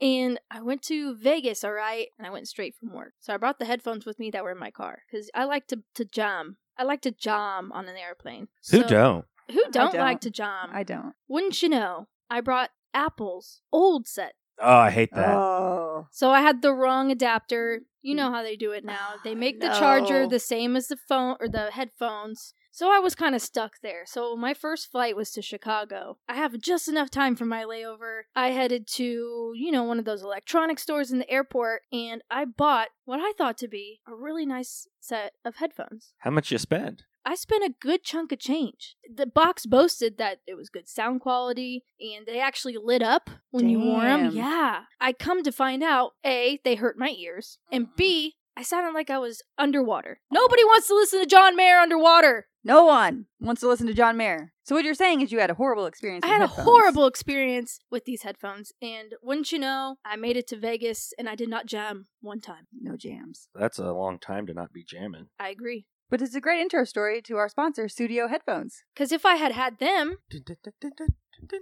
Speaker 3: And I went to Vegas, all right? And I went straight from work. So I brought the headphones with me that were in my car because I like to, to jam. I like to jam on an airplane.
Speaker 8: Who
Speaker 3: So-
Speaker 8: don't?
Speaker 3: Who don't,
Speaker 2: don't.
Speaker 3: like to jam?
Speaker 2: I don't.
Speaker 3: Wouldn't you know? I brought Apple's old set.
Speaker 8: Oh, I hate that.
Speaker 2: Oh.
Speaker 3: So I had the wrong adapter. You know how they do it now. They make the charger
Speaker 2: No.
Speaker 3: the same as the phone or the headphones. So I was kind of stuck there. So my first flight was to Chicago. I have just enough time for my layover. I headed to, you know, one of those electronic stores in the airport and I bought what I thought to be a really nice set of headphones.
Speaker 8: How much you spend?
Speaker 3: I spent a good chunk of change. The box boasted that it was good sound quality and they actually lit up when you wore them.
Speaker 2: Damn.
Speaker 3: Yeah. I come to find out A, they hurt my ears, and B, I sounded like I was underwater. Nobody wants to listen to John Mayer underwater.
Speaker 2: No one wants to listen to John Mayer. So what you're saying is you had a horrible experience.
Speaker 3: I
Speaker 2: with
Speaker 3: had a
Speaker 2: headphones.
Speaker 3: horrible experience with these headphones, and wouldn't you know, I made it to Vegas and I did not jam one time.
Speaker 2: no jams.
Speaker 8: That's a long time to not be jamming.
Speaker 3: I agree.
Speaker 2: But it's a great intro story to our sponsor, Studio Headphones.
Speaker 3: Because if I had had them,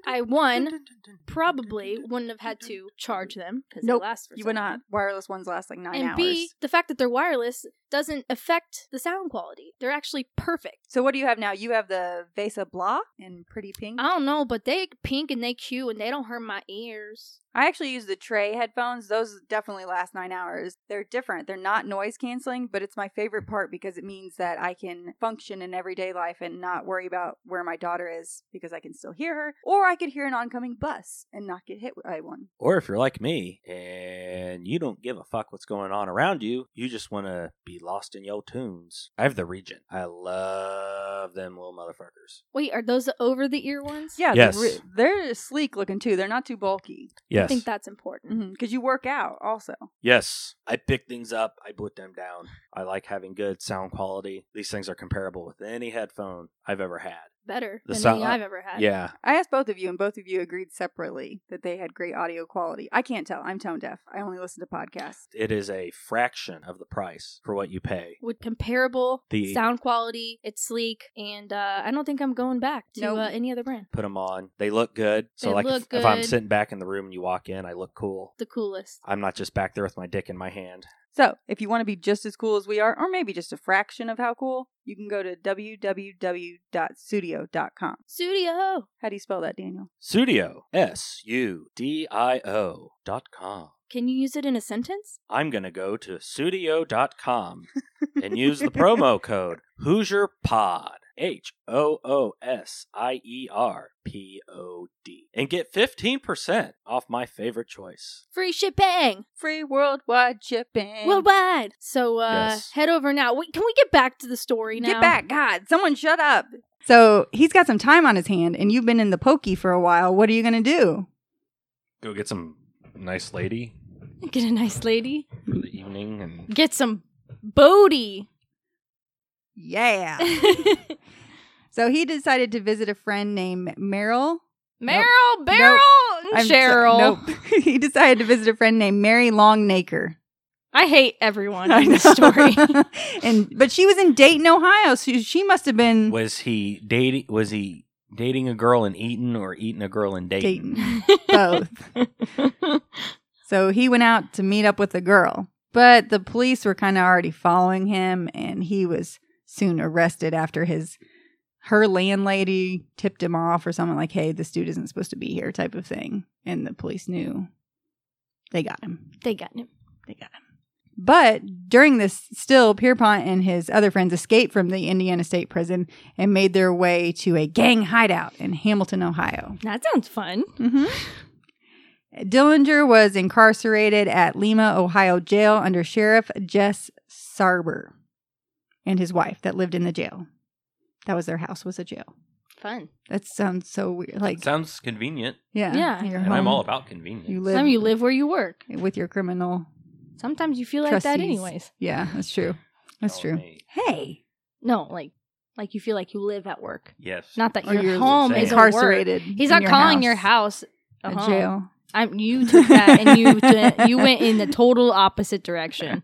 Speaker 3: I won. Probably wouldn't have had to charge them because
Speaker 2: Nope,
Speaker 3: they last for
Speaker 2: You
Speaker 3: so
Speaker 2: would
Speaker 3: long.
Speaker 2: not. Wireless ones last like nine
Speaker 3: and
Speaker 2: hours.
Speaker 3: B, the fact that they're wireless doesn't affect the sound quality. They're actually perfect.
Speaker 2: so what do you have now? You have the Vesa Blah in pretty pink.
Speaker 3: I don't know, but they pink and they cute and they don't hurt my ears.
Speaker 2: I actually use the Tray headphones. Those definitely last nine hours. They're different. They're not noise canceling, but it's my favorite part because it means that I can function in everyday life and not worry about where my daughter is because I can still hear her, or I could hear an oncoming bus and not get hit by one.
Speaker 8: Or if you're like me and you don't give a fuck what's going on around you, you just want to be lost in your tunes. I have the Regent. I love them little motherfuckers.
Speaker 3: Wait, are those the over the ear ones?
Speaker 2: Yeah,
Speaker 8: Yes.
Speaker 2: they're, re- they're sleek looking too. They're not too bulky
Speaker 3: I
Speaker 8: Yes.
Speaker 3: think that's important.
Speaker 2: because Mm-hmm, you work out also.
Speaker 8: yes. I pick things up, I put them down. I like having good sound quality. These things are comparable with any headphone I've ever had.
Speaker 3: better
Speaker 8: The
Speaker 3: than
Speaker 8: sound-
Speaker 3: any I've ever had.
Speaker 8: Yeah.
Speaker 2: I asked both of you, and both of you agreed separately that they had great audio quality. I can't tell. I'm tone deaf. I only listen to podcasts.
Speaker 8: It is a fraction of the price for what you pay.
Speaker 3: With comparable
Speaker 8: The-
Speaker 3: sound quality, it's sleek, and uh, I don't think I'm going back to
Speaker 2: Nope.
Speaker 3: uh, any other brand.
Speaker 8: Put them on. They look good. So
Speaker 3: They
Speaker 8: like if,
Speaker 3: look
Speaker 8: if I'm
Speaker 3: good.
Speaker 8: sitting back in the room and you walk in, I look cool.
Speaker 3: The coolest.
Speaker 8: I'm not just back there with my dick in my hand.
Speaker 2: So, if you want to be just as cool as we are, or maybe just a fraction of how cool, you can go to www.studio.com.
Speaker 3: Studio.
Speaker 2: How do you spell that, Daniel?
Speaker 8: Studio S U D I O dot com.
Speaker 3: Can you use it in a sentence?
Speaker 8: I'm gonna go to studio.com and use the promo code Hoosier Pod H O O S I E R P O D and get 15% off my favorite choice.
Speaker 3: Free shipping
Speaker 2: Free worldwide shipping.
Speaker 3: worldwide. So uh,
Speaker 8: Yes.
Speaker 3: head over now. Wait, can we get back to the story now?
Speaker 2: Get back, God! Someone shut up. So he's got some time on his hand, and you've been in the pokey for a while. What are you going to do?
Speaker 1: Go get some nice lady
Speaker 3: Get a nice lady.
Speaker 1: for the evening and
Speaker 3: Get some booty.
Speaker 2: Yeah.
Speaker 3: Meryl
Speaker 2: so he decided to visit a friend named Meryl
Speaker 3: Beryl, and
Speaker 2: I'm t-
Speaker 3: Cheryl.
Speaker 2: nope. he decided to visit a friend named Mary Longacre.
Speaker 3: I hate everyone
Speaker 2: I
Speaker 3: in this
Speaker 2: know.
Speaker 3: story.
Speaker 2: and but she was in Dayton, Ohio, so she must have been
Speaker 8: Was he dating was he dating a girl in Eaton or eating a girl in Dayton?
Speaker 2: Dayton. Both. So he went out to meet up with the girl, but the police were kind of already following him, and he was soon arrested after his her landlady tipped him off or something like, "Hey, this dude isn't supposed to be here," type of thing. And the police knew they got him.
Speaker 3: they got him.
Speaker 2: They got him. But during this, still Pierpont and his other friends escaped from the Indiana State Prison and made their way to a gang hideout in Hamilton, Ohio.
Speaker 3: That sounds fun.
Speaker 2: hmm Dillinger was incarcerated at Lima, Ohio jail under Sheriff Jess Sarber and his wife that lived in the jail. That was their house was a jail.
Speaker 3: Fun.
Speaker 2: That sounds so weird. Like
Speaker 1: sounds convenient.
Speaker 2: yeah,
Speaker 3: Yeah.
Speaker 2: your
Speaker 1: And I'm
Speaker 2: home,
Speaker 1: all about convenience.
Speaker 2: you
Speaker 3: Some of you
Speaker 2: live
Speaker 3: live where you work.
Speaker 2: with your criminal.
Speaker 3: Sometimes you feel like that
Speaker 2: Trustees.
Speaker 3: anyways.
Speaker 2: Yeah, that's true. That's
Speaker 8: Oh,
Speaker 2: true.
Speaker 8: me.
Speaker 2: Hey,
Speaker 3: No, like like you feel like you live at work.
Speaker 1: yes.
Speaker 3: Not that
Speaker 2: Or
Speaker 3: your
Speaker 2: you're
Speaker 3: home
Speaker 1: It's
Speaker 3: is a work.
Speaker 2: incarcerated.
Speaker 3: He's
Speaker 2: in
Speaker 3: not calling your house a,
Speaker 2: a
Speaker 3: home.
Speaker 2: jail.
Speaker 3: I'm, you took that and you t- you went in the total opposite direction.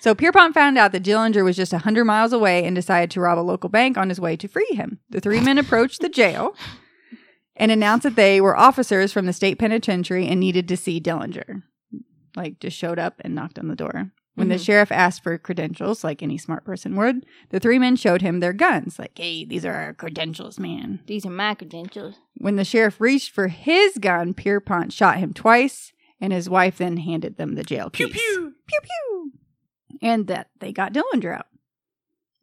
Speaker 2: So Pierpont found out that Dillinger was just 100 miles away and decided to rob a local bank on his way to free him. The three men approached the jail and announced that they were officers from the state penitentiary and needed to see Dillinger. Like, just showed up and knocked on the door. When the
Speaker 3: Mhm.
Speaker 2: sheriff asked for credentials, like any smart person would, the three men showed him their guns. Like, hey, these are our credentials, man.
Speaker 3: These are my credentials.
Speaker 2: When the sheriff reached for his gun, Pierpont shot him twice, and his wife then handed them the jail keys. Pew pew. And that they got Dillinger out.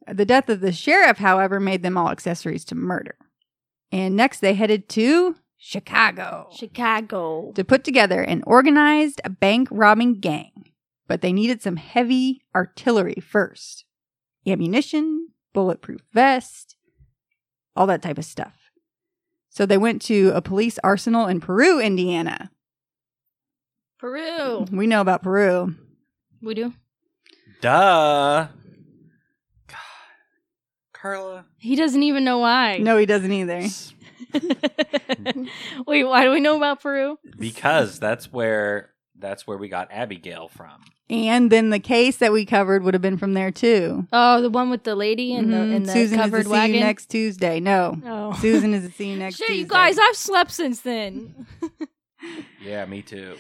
Speaker 2: The death of the sheriff, however, made them all accessories to murder. And next they headed to Chicago
Speaker 3: Chicago.
Speaker 2: to put together an organized bank robbing gang. But they needed some heavy artillery first ammunition, bulletproof vest, all that type of stuff. So they went to a police arsenal in Peru, Indiana.
Speaker 3: Peru.
Speaker 2: We know about Peru.
Speaker 3: We do.
Speaker 8: Duh. God. Carla.
Speaker 3: He doesn't even know why.
Speaker 2: No, he doesn't either.
Speaker 3: Wait, why do we know about Peru?
Speaker 8: Because that's where that's where we got Abigail from.
Speaker 2: And then the case that we covered would have been from there too.
Speaker 3: Oh, the one with the lady and
Speaker 2: Mhm.
Speaker 3: the, and the
Speaker 2: Susan is
Speaker 3: covered
Speaker 2: to see
Speaker 3: wagon.
Speaker 2: you next Tuesday. No,
Speaker 3: oh.
Speaker 2: Susan is to see you next
Speaker 3: Shit,
Speaker 2: Tuesday.
Speaker 3: you guys, I've slept since then.
Speaker 8: Yeah, me too.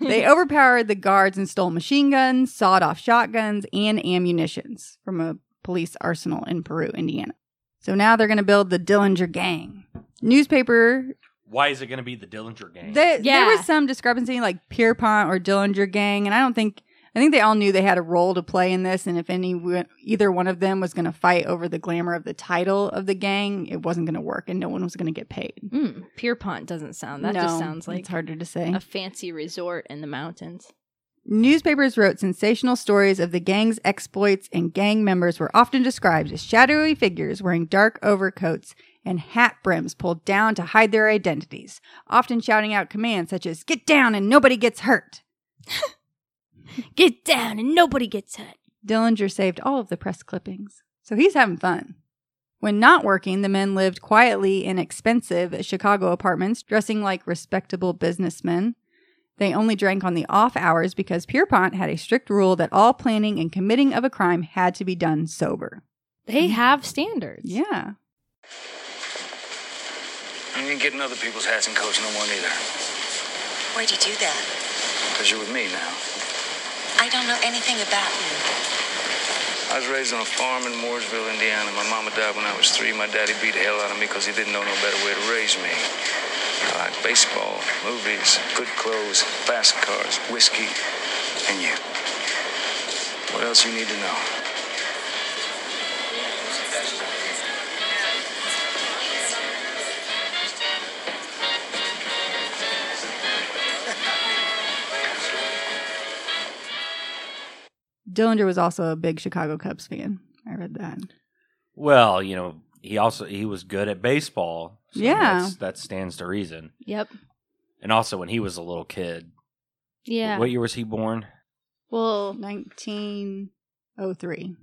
Speaker 2: they overpowered the guards and stole machine guns, sawed off shotguns, and ammunitions from a police arsenal in Peru, Indiana. So now they're going to build the Dillinger Gang. Newspaper,
Speaker 1: Why is it going to be the Dillinger gang?
Speaker 2: there,
Speaker 3: Yeah.
Speaker 2: there was some discrepancy like Pierpont or Dillinger Gang, and I don't think. I think they all knew they had a role to play in this, and if any either one of them was going to fight over the glamour of the title of the gang, it wasn't going to work, and no one was going to get paid.
Speaker 3: Mm, Pierpont doesn't sound. That just
Speaker 2: No,
Speaker 3: sounds like
Speaker 2: it's harder to say.
Speaker 3: a fancy resort in the mountains.
Speaker 2: Newspapers wrote sensational stories of the gang's exploits, and gang members were often described as shadowy figures wearing dark overcoats and hat brims pulled down to hide their identities, often shouting out commands such as, Get down and nobody gets hurt.
Speaker 3: Get down and nobody gets hurt.
Speaker 2: Dillinger saved all of the press clippings. So he's having fun. When not working, the men lived quietly in expensive Chicago apartments, dressing like respectable businessmen. They only drank on the off hours because Pierpont had a strict rule that all planning and committing of a crime had to be done sober.
Speaker 3: They have standards.
Speaker 2: Yeah.
Speaker 5: You ain't getting other people's hats and coats no more neither.
Speaker 7: Why'd you do that?
Speaker 5: Because you're with me now.
Speaker 7: I don't know anything about you.
Speaker 5: I was raised on a farm in Mooresville, Indiana. My mama died when I was three. My daddy beat the hell out of me because he didn't know no better way to raise me. I like baseball, movies, good clothes, fast cars, whiskey, and you. What else you need to know?
Speaker 2: Dillinger was also a big Chicago Cubs fan. I read that.
Speaker 8: Well, you know, he also he was good at baseball. So
Speaker 2: Yeah.
Speaker 8: that's, that stands to reason.
Speaker 3: Yep.
Speaker 8: And also, when he was a little kid,
Speaker 3: Yeah.
Speaker 8: what year was he born?
Speaker 3: Well,
Speaker 2: 1903.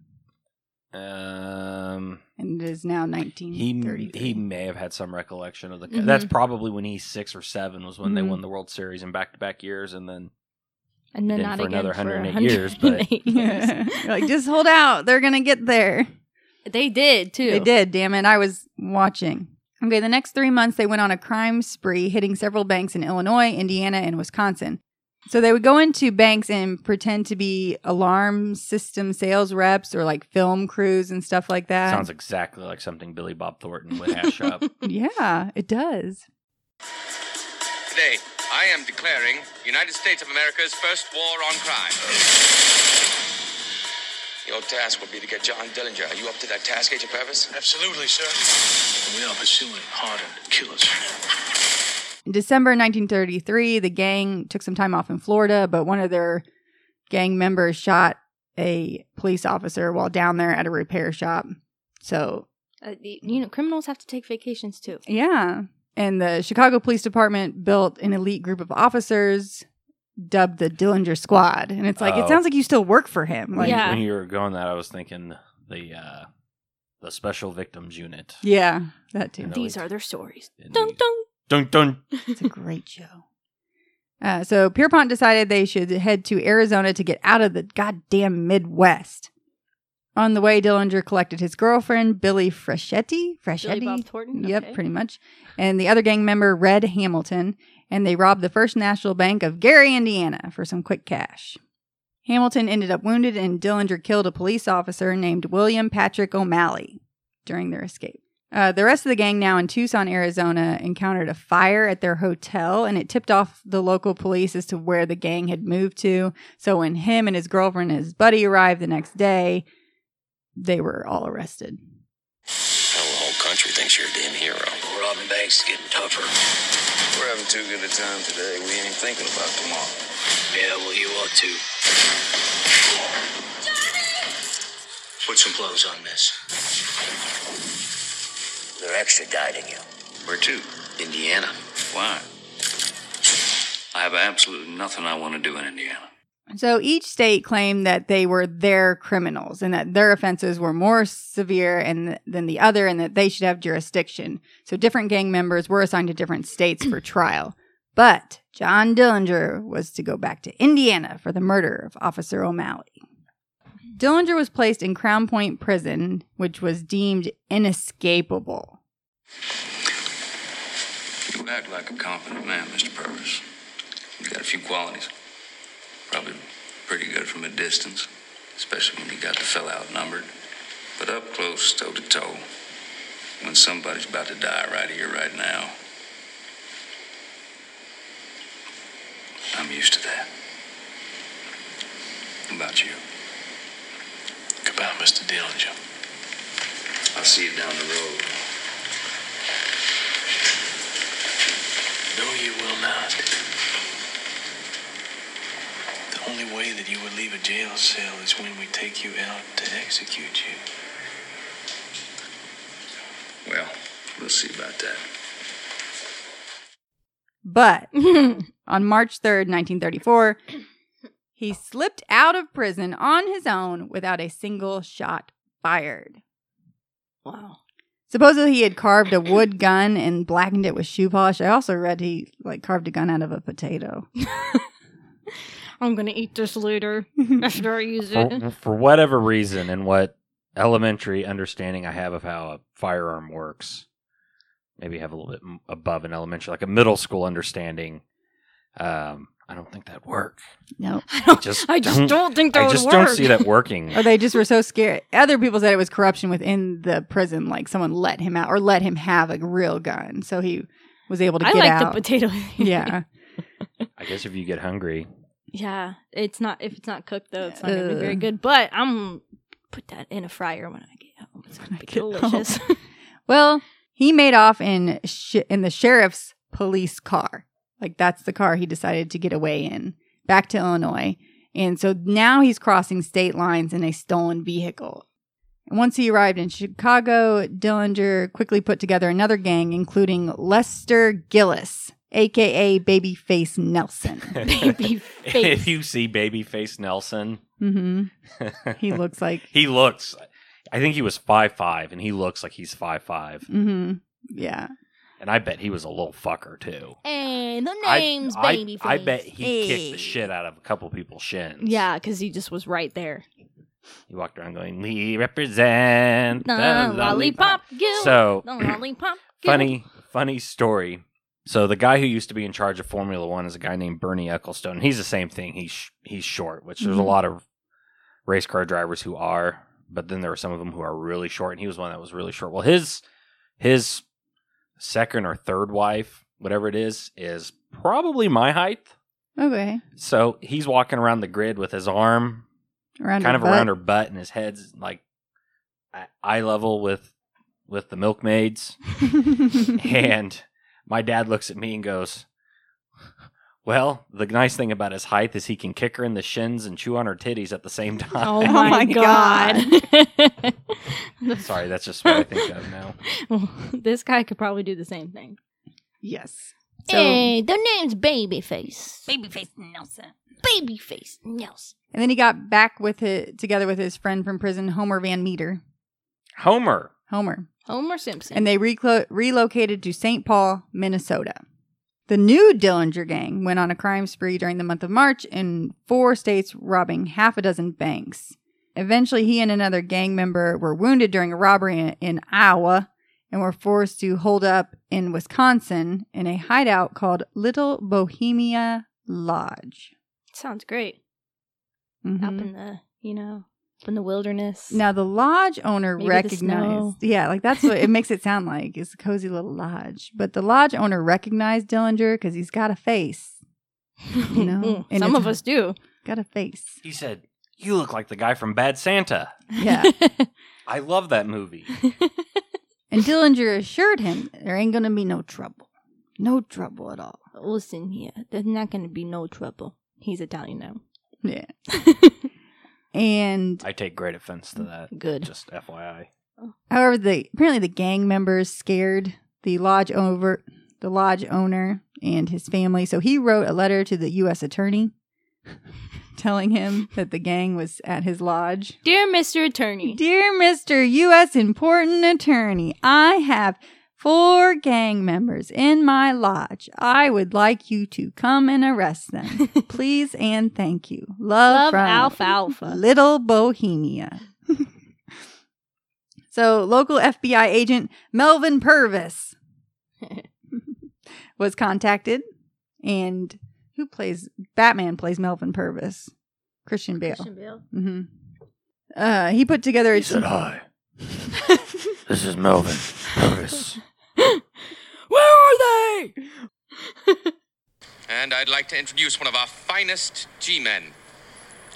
Speaker 8: Um,
Speaker 2: And it is now
Speaker 8: he
Speaker 2: 1933.
Speaker 8: he may have had some recollection of the. That's probably when he's six or seven was when they
Speaker 2: Mhm.
Speaker 8: won the World Series in back to back years, and then
Speaker 3: and then
Speaker 8: Been
Speaker 3: not
Speaker 8: for
Speaker 3: again
Speaker 8: another
Speaker 3: for
Speaker 8: 108 years, but-
Speaker 3: 108
Speaker 2: Yeah.
Speaker 3: years.
Speaker 2: You're like, just hold out. They're going to get there.
Speaker 3: they did too.
Speaker 2: They did, damn it. I was watching. Okay, the next three months they went on a crime spree, hitting several banks in Illinois, Indiana, and Wisconsin. So they would go into banks and pretend to be alarm system sales reps or like film crews and stuff like that.
Speaker 8: sounds exactly like something Billy Bob Thornton would hash up.
Speaker 2: yeah, it does.
Speaker 4: Today, I am declaring United States of America's first war on crime.
Speaker 6: Your task will be to get John Dillinger. Are you up to that task, Agent Purvis?
Speaker 5: Absolutely, sir. We are pursuing hardened killers.
Speaker 2: In December 1933, the gang took some time off in Florida, but one of their gang members shot a police officer while down there at a repair shop. So
Speaker 3: Uh, y- you know, criminals have to take vacations too.
Speaker 2: Yeah. And the Chicago Police Department built an elite group of officers dubbed the Dillinger Squad. And it's like,
Speaker 8: Oh.
Speaker 2: it sounds like you still work for him.
Speaker 8: When,
Speaker 2: Like,
Speaker 3: Yeah.
Speaker 8: when you were going that, I was thinking the uh, the Special Victims Unit.
Speaker 2: yeah, that too.
Speaker 8: No,
Speaker 3: These
Speaker 8: it-
Speaker 3: are their stories.
Speaker 8: it
Speaker 3: Dun
Speaker 8: needs- Dun
Speaker 3: dun.
Speaker 8: dun.
Speaker 2: It's a great show. Uh, so Pierpont decided they should head to Arizona to get out of the goddamn Midwest. On the way, Dillinger collected his girlfriend, Billy Freschetti. Freschetti?
Speaker 3: Bob Thornton?
Speaker 2: Yep,
Speaker 3: Okay.
Speaker 2: pretty much. And the other gang member, Red Hamilton. And they robbed the First National Bank of Gary, Indiana for some quick cash. Hamilton ended up wounded, and Dillinger killed a police officer named William Patrick O'Malley during their escape. Uh, the rest of the gang, now in Tucson, Arizona, encountered a fire at their hotel, and it tipped off the local police as to where the gang had moved to. So when him and his girlfriend and his buddy arrived the next day, they were all arrested.
Speaker 6: Hell, the whole country thinks you're a damn hero. Robbing banks is getting tougher.
Speaker 5: We're having too good a time today. We ain't thinking about tomorrow.
Speaker 6: Yeah, well, you ought to. Put some clothes on, miss. They're extraditing you. Where to? Indiana. Why? I have absolutely nothing I want to do in Indiana.
Speaker 2: So each state claimed that they were their criminals and that their offenses were more severe and, than the other and that they should have jurisdiction. So different gang members were assigned to different states for trial. But John Dillinger was to go back to Indiana for the murder of Officer O'Malley. Dillinger was placed in Crown Point Prison, which was deemed inescapable.
Speaker 6: You act like a competent man, Mr. Purvis. You got a few qualities. Probably pretty good from a distance, especially when you got the fella outnumbered. But up close, toe to toe, when somebody's about to die right here, right now, I'm used to that. How about you? Goodbye, Mr. Dillinger. I'll see you down the road.
Speaker 5: No, you will not. The only way that you would leave a jail cell is when we take you out to execute you.
Speaker 6: Well, we'll see about that.
Speaker 2: But on March 3rd, 1934, he slipped out of prison on his own without a single shot fired.
Speaker 3: Wow.
Speaker 2: Supposedly he had carved a wood gun and blackened it with shoe polish. I also read he like carved a gun out of a potato.
Speaker 3: I'm gonna eat this later after I use it.
Speaker 1: For, for whatever reason, and what elementary understanding I have of how a firearm works, maybe have a little bit m- above an elementary, like a middle school understanding. Um, I don't think that work.
Speaker 2: no.
Speaker 3: I don't,
Speaker 1: Just
Speaker 3: I just
Speaker 1: don't-
Speaker 3: don't, think that
Speaker 1: I
Speaker 3: would
Speaker 1: just
Speaker 3: work.
Speaker 1: don't see that working.
Speaker 2: Or they just were so scared. Other people said it was corruption within the prison, like someone let him out or let him have a real gun, so he was able to
Speaker 3: I
Speaker 2: get
Speaker 3: like
Speaker 2: out.
Speaker 3: the potato.
Speaker 2: yeah,
Speaker 1: I guess if you get hungry,
Speaker 3: yeah. It's not if it's not cooked though, it's not gonna be very
Speaker 2: Ugh.
Speaker 3: good. But I'm put that in a fryer when I get home. It's
Speaker 2: When
Speaker 3: gonna
Speaker 2: I
Speaker 3: be
Speaker 2: get home.
Speaker 3: delicious.
Speaker 2: Well, he made off in sh- in the sheriff's police car. Like that's the car he decided to get away in back to Illinois. And so now he's crossing state lines in a stolen vehicle. And once he arrived in Chicago, Dillinger quickly put together another gang including Lester Gillis, aka Babyface Nelson.
Speaker 3: Baby
Speaker 1: if
Speaker 3: face.
Speaker 1: you see Babyface Nelson,
Speaker 2: Mhm. He looks like
Speaker 1: he looks. I think he was five five, and he looks like he's five five.
Speaker 2: Mhm. Yeah.
Speaker 1: And I bet he was a little fucker too.
Speaker 3: and the
Speaker 1: I-
Speaker 3: name's
Speaker 1: I,
Speaker 3: baby
Speaker 1: I bet he kicked the shit out of a couple people's shins.
Speaker 3: Yeah, because he just was right there.
Speaker 1: He walked around going, "We represent the, lollipop."
Speaker 3: guild.
Speaker 1: So
Speaker 3: the lollipop. Guild.
Speaker 1: funny, funny story. So the guy who used to be in charge of Formula One is a guy named Bernie Ecclestone. He's the same thing. He's sh- he's short, which there's a
Speaker 2: Mhm.
Speaker 1: lot of race car drivers who are, but then there are some of them who are really short, and he was one that was really short. Well, his his second or third wife, whatever it is, is probably my height.
Speaker 2: Okay.
Speaker 1: So he's walking around the grid with his arm
Speaker 2: Around
Speaker 1: kind of
Speaker 2: her
Speaker 1: around
Speaker 2: butt.
Speaker 1: her butt, and his head's like at eye level with with the milkmaids. and my dad looks at me and goes, "Well, the nice thing about his height is he can kick her in the shins and chew on her titties at the same
Speaker 3: Oh
Speaker 1: time."
Speaker 3: my,
Speaker 2: my
Speaker 3: god.
Speaker 1: Sorry, that's just what I think of now.
Speaker 3: Well, this guy could probably do the same thing.
Speaker 2: yes.
Speaker 3: hey, their name's Babyface.
Speaker 7: Babyface Nelson.
Speaker 3: Babyface Nelson.
Speaker 2: And then he got back with it together with his friend from prison, Homer Van Meter.
Speaker 1: Homer,
Speaker 2: Homer.
Speaker 3: Homer Simpson.
Speaker 2: And they reclo- relocated to St. Paul, Minnesota. The new Dillinger gang went on a crime spree during the month of March in four states, robbing half a dozen banks. Eventually, he and another gang member were wounded during a robbery in, in Iowa and were forced to hold up in Wisconsin in a hideout called Little Bohemia Lodge.
Speaker 3: Sounds great.
Speaker 2: Mhm.
Speaker 3: Up in the, you know, up in the wilderness.
Speaker 2: Now the lodge owner
Speaker 3: Maybe the snow.
Speaker 2: recognized, yeah, like that's what it makes it sound like. It's a cozy little lodge, but the lodge owner recognized Dillinger because he's got a face, you know, and
Speaker 3: Mm, Some
Speaker 2: it's-
Speaker 3: of us do.
Speaker 2: got a face.
Speaker 1: he said, "You look like the guy from Bad Santa."
Speaker 2: Yeah.
Speaker 1: I love that movie.
Speaker 2: And Dillinger assured him there ain't gonna be no trouble, no trouble at all.
Speaker 3: Listen here, there's not going to be no trouble. He's Italian now.
Speaker 2: Yeah. And
Speaker 1: I take great offense to that.
Speaker 3: Good.
Speaker 1: Just FYI.
Speaker 2: however, the apparently the gang members scared the lodge over the lodge owner and his family, so he wrote a letter to the U.S. attorney. Telling him that the gang was at his lodge.
Speaker 3: Dear Mr. Attorney.
Speaker 2: Dear Mr. U.S. Important Attorney, I have four gang members in my lodge. I would like you to come and arrest them. Please and thank you. Love,
Speaker 3: Love
Speaker 2: from
Speaker 3: Alfalfa.
Speaker 2: Little Bohemia. so, local FBI agent Melvin Purvis was contacted, and who plays Batman plays Melvin Purvis? Christian Bale.
Speaker 3: Christian Bale.
Speaker 2: hmm Uh, he put together a team-
Speaker 1: "Hi, this is Melvin Purvis."
Speaker 3: Where are they?
Speaker 4: And I'd like to introduce one of our finest G men,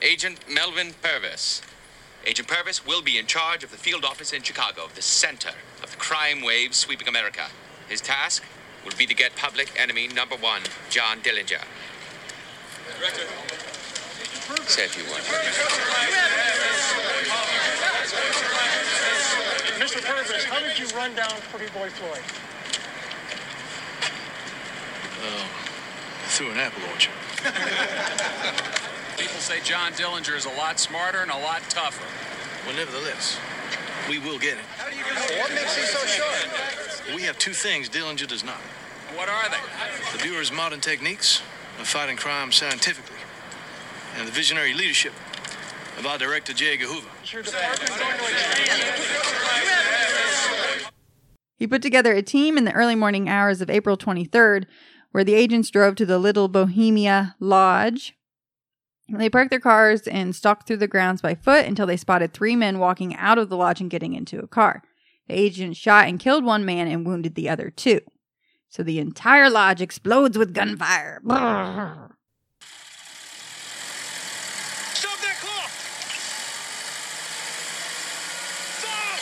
Speaker 4: Agent Melvin Purvis. Agent Purvis will be in charge of the field office in Chicago, the center of the crime wave sweeping America. His task will be to get public enemy number one, John Dillinger. Say if you want.
Speaker 9: Mr. Purvis, how did you run down Pretty Boy Floyd?
Speaker 6: Through an apple orchard.
Speaker 4: People say John Dillinger is a lot smarter and a lot tougher.
Speaker 6: Well, nevertheless, we will get it.
Speaker 4: How do you
Speaker 9: What makes you so sure?
Speaker 6: We have two things Dillinger does not.
Speaker 4: What are they?
Speaker 6: The Bureau's modern techniques of fighting crime scientifically, and the visionary leadership of our director, J. Edgar Hoover.
Speaker 2: He put together a team in the early morning hours of April 23rd, where the agents drove to the Little Bohemia Lodge. They parked their cars and stalked through the grounds by foot until they spotted three men walking out of the lodge and getting into a car. The agent shot and killed one man and wounded the other two. So the entire lodge explodes with gunfire. Brrr.
Speaker 4: Shove that claw! Stop!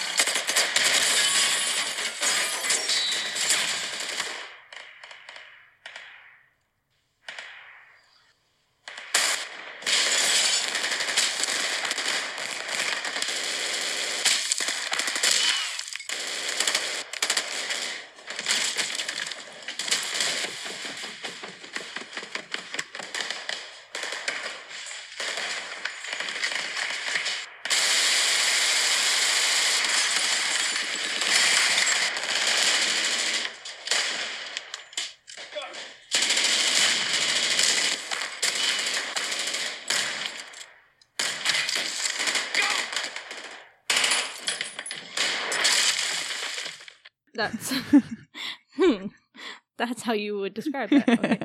Speaker 3: That's Hmm. that's how you would describe that. Okay.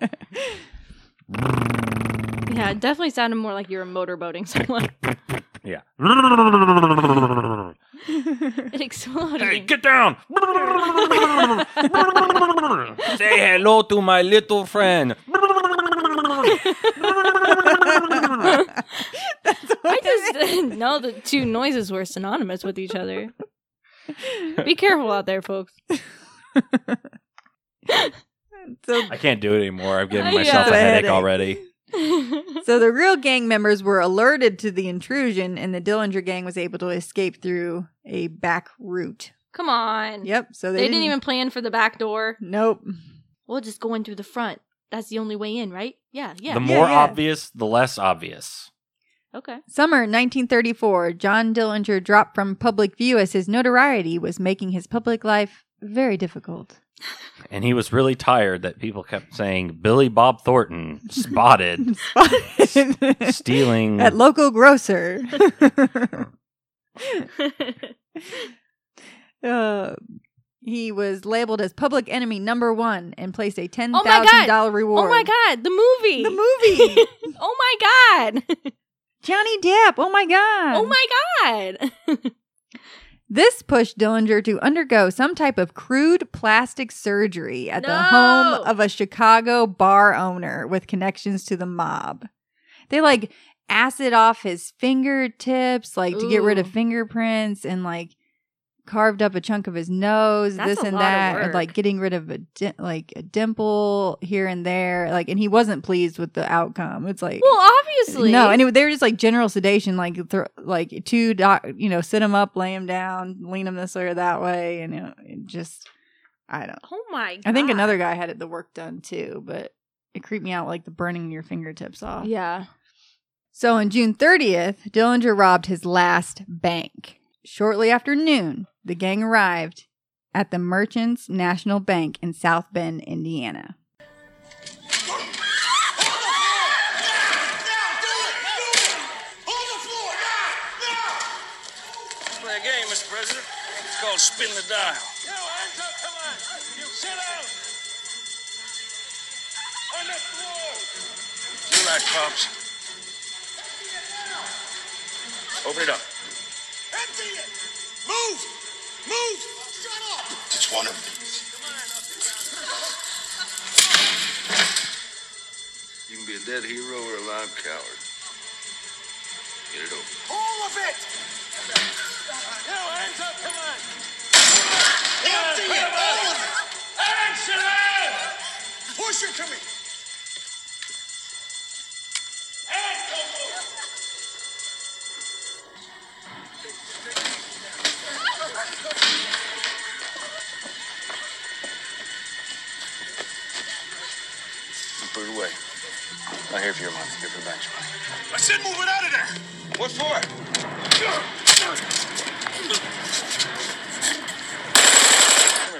Speaker 3: yeah, it definitely sounded more like you were motorboating someone.
Speaker 1: Yeah.
Speaker 3: It exploded.
Speaker 1: hey, get down! Say hello to my little friend.
Speaker 3: I just didn't know the two noises were synonymous with each other. Be careful out there, folks.
Speaker 2: So
Speaker 1: I can't do it anymore. I've given
Speaker 3: Yeah.
Speaker 1: myself a
Speaker 2: Headache.
Speaker 1: headache already.
Speaker 2: So the real gang members were alerted to the intrusion, and the Dillinger gang was able to escape through a back route.
Speaker 3: Come on.
Speaker 2: Yep. So
Speaker 3: They,
Speaker 2: they,
Speaker 3: didn't even plan for the back door.
Speaker 2: Nope.
Speaker 3: We'll just go in through the front. That's the only way in, right? Yeah, yeah.
Speaker 1: The more
Speaker 2: yeah.
Speaker 1: obvious, the less obvious.
Speaker 3: okay.
Speaker 2: Summer 1934, John Dillinger dropped from public view as his notoriety was making his public life very difficult.
Speaker 1: And he was really tired that people kept saying Billy Bob Thornton spotted stealing.
Speaker 2: At local grocer.
Speaker 3: Oh
Speaker 2: Uh, he was labeled as public enemy number one and placed a ten
Speaker 3: Oh my
Speaker 2: thousand thousand dollar
Speaker 3: Oh
Speaker 2: reward.
Speaker 3: my god, the movie.
Speaker 2: The movie.
Speaker 3: oh my god.
Speaker 2: Johnny Depp. Oh my god.
Speaker 3: Oh my god.
Speaker 2: This pushed Dillinger to undergo some type of crude plastic surgery at the home
Speaker 3: No.
Speaker 2: of a Chicago bar owner with connections to the mob. They like acid off his fingertips, like to get rid of
Speaker 3: Ooh.
Speaker 2: fingerprints, and like carved up a chunk of his nose,
Speaker 3: That's
Speaker 2: this
Speaker 3: a
Speaker 2: and
Speaker 3: lot of
Speaker 2: that, and like
Speaker 3: work.
Speaker 2: getting rid of a di- like a dimple here and there. Like, and he wasn't pleased with the outcome. It's like,
Speaker 3: well, obviously.
Speaker 2: no, and it, they were just like general sedation, like thro- like two, doc, you know, sit him up, lay him down, lean him this way or that way, and it, it just, I don't.
Speaker 3: Oh my god.
Speaker 2: I think another guy had it the work done too, but it creeped me out like the burning your fingertips off.
Speaker 3: Yeah.
Speaker 2: So on June 30th, Dillinger robbed his last bank. Shortly after noon, the gang arrived at the Merchants National Bank in South Bend, Indiana.
Speaker 5: Play a game, Mr. President. It's called Spin the Dial.
Speaker 9: Yo, hands up, come on. You sit down. On the floor.
Speaker 5: Relax, Pops. Open it up.
Speaker 9: Empty it. Move. Move. Shut up.
Speaker 10: It's one of these.
Speaker 6: You can be a dead hero or a live coward. Get it over.
Speaker 9: All of it. Yo, hands up, come on. Empty it. All of it. And sit down. Push it to me. And don't move.
Speaker 6: Put it away. I hear for your money. Give it back to me.
Speaker 5: I said move it out of there. What for?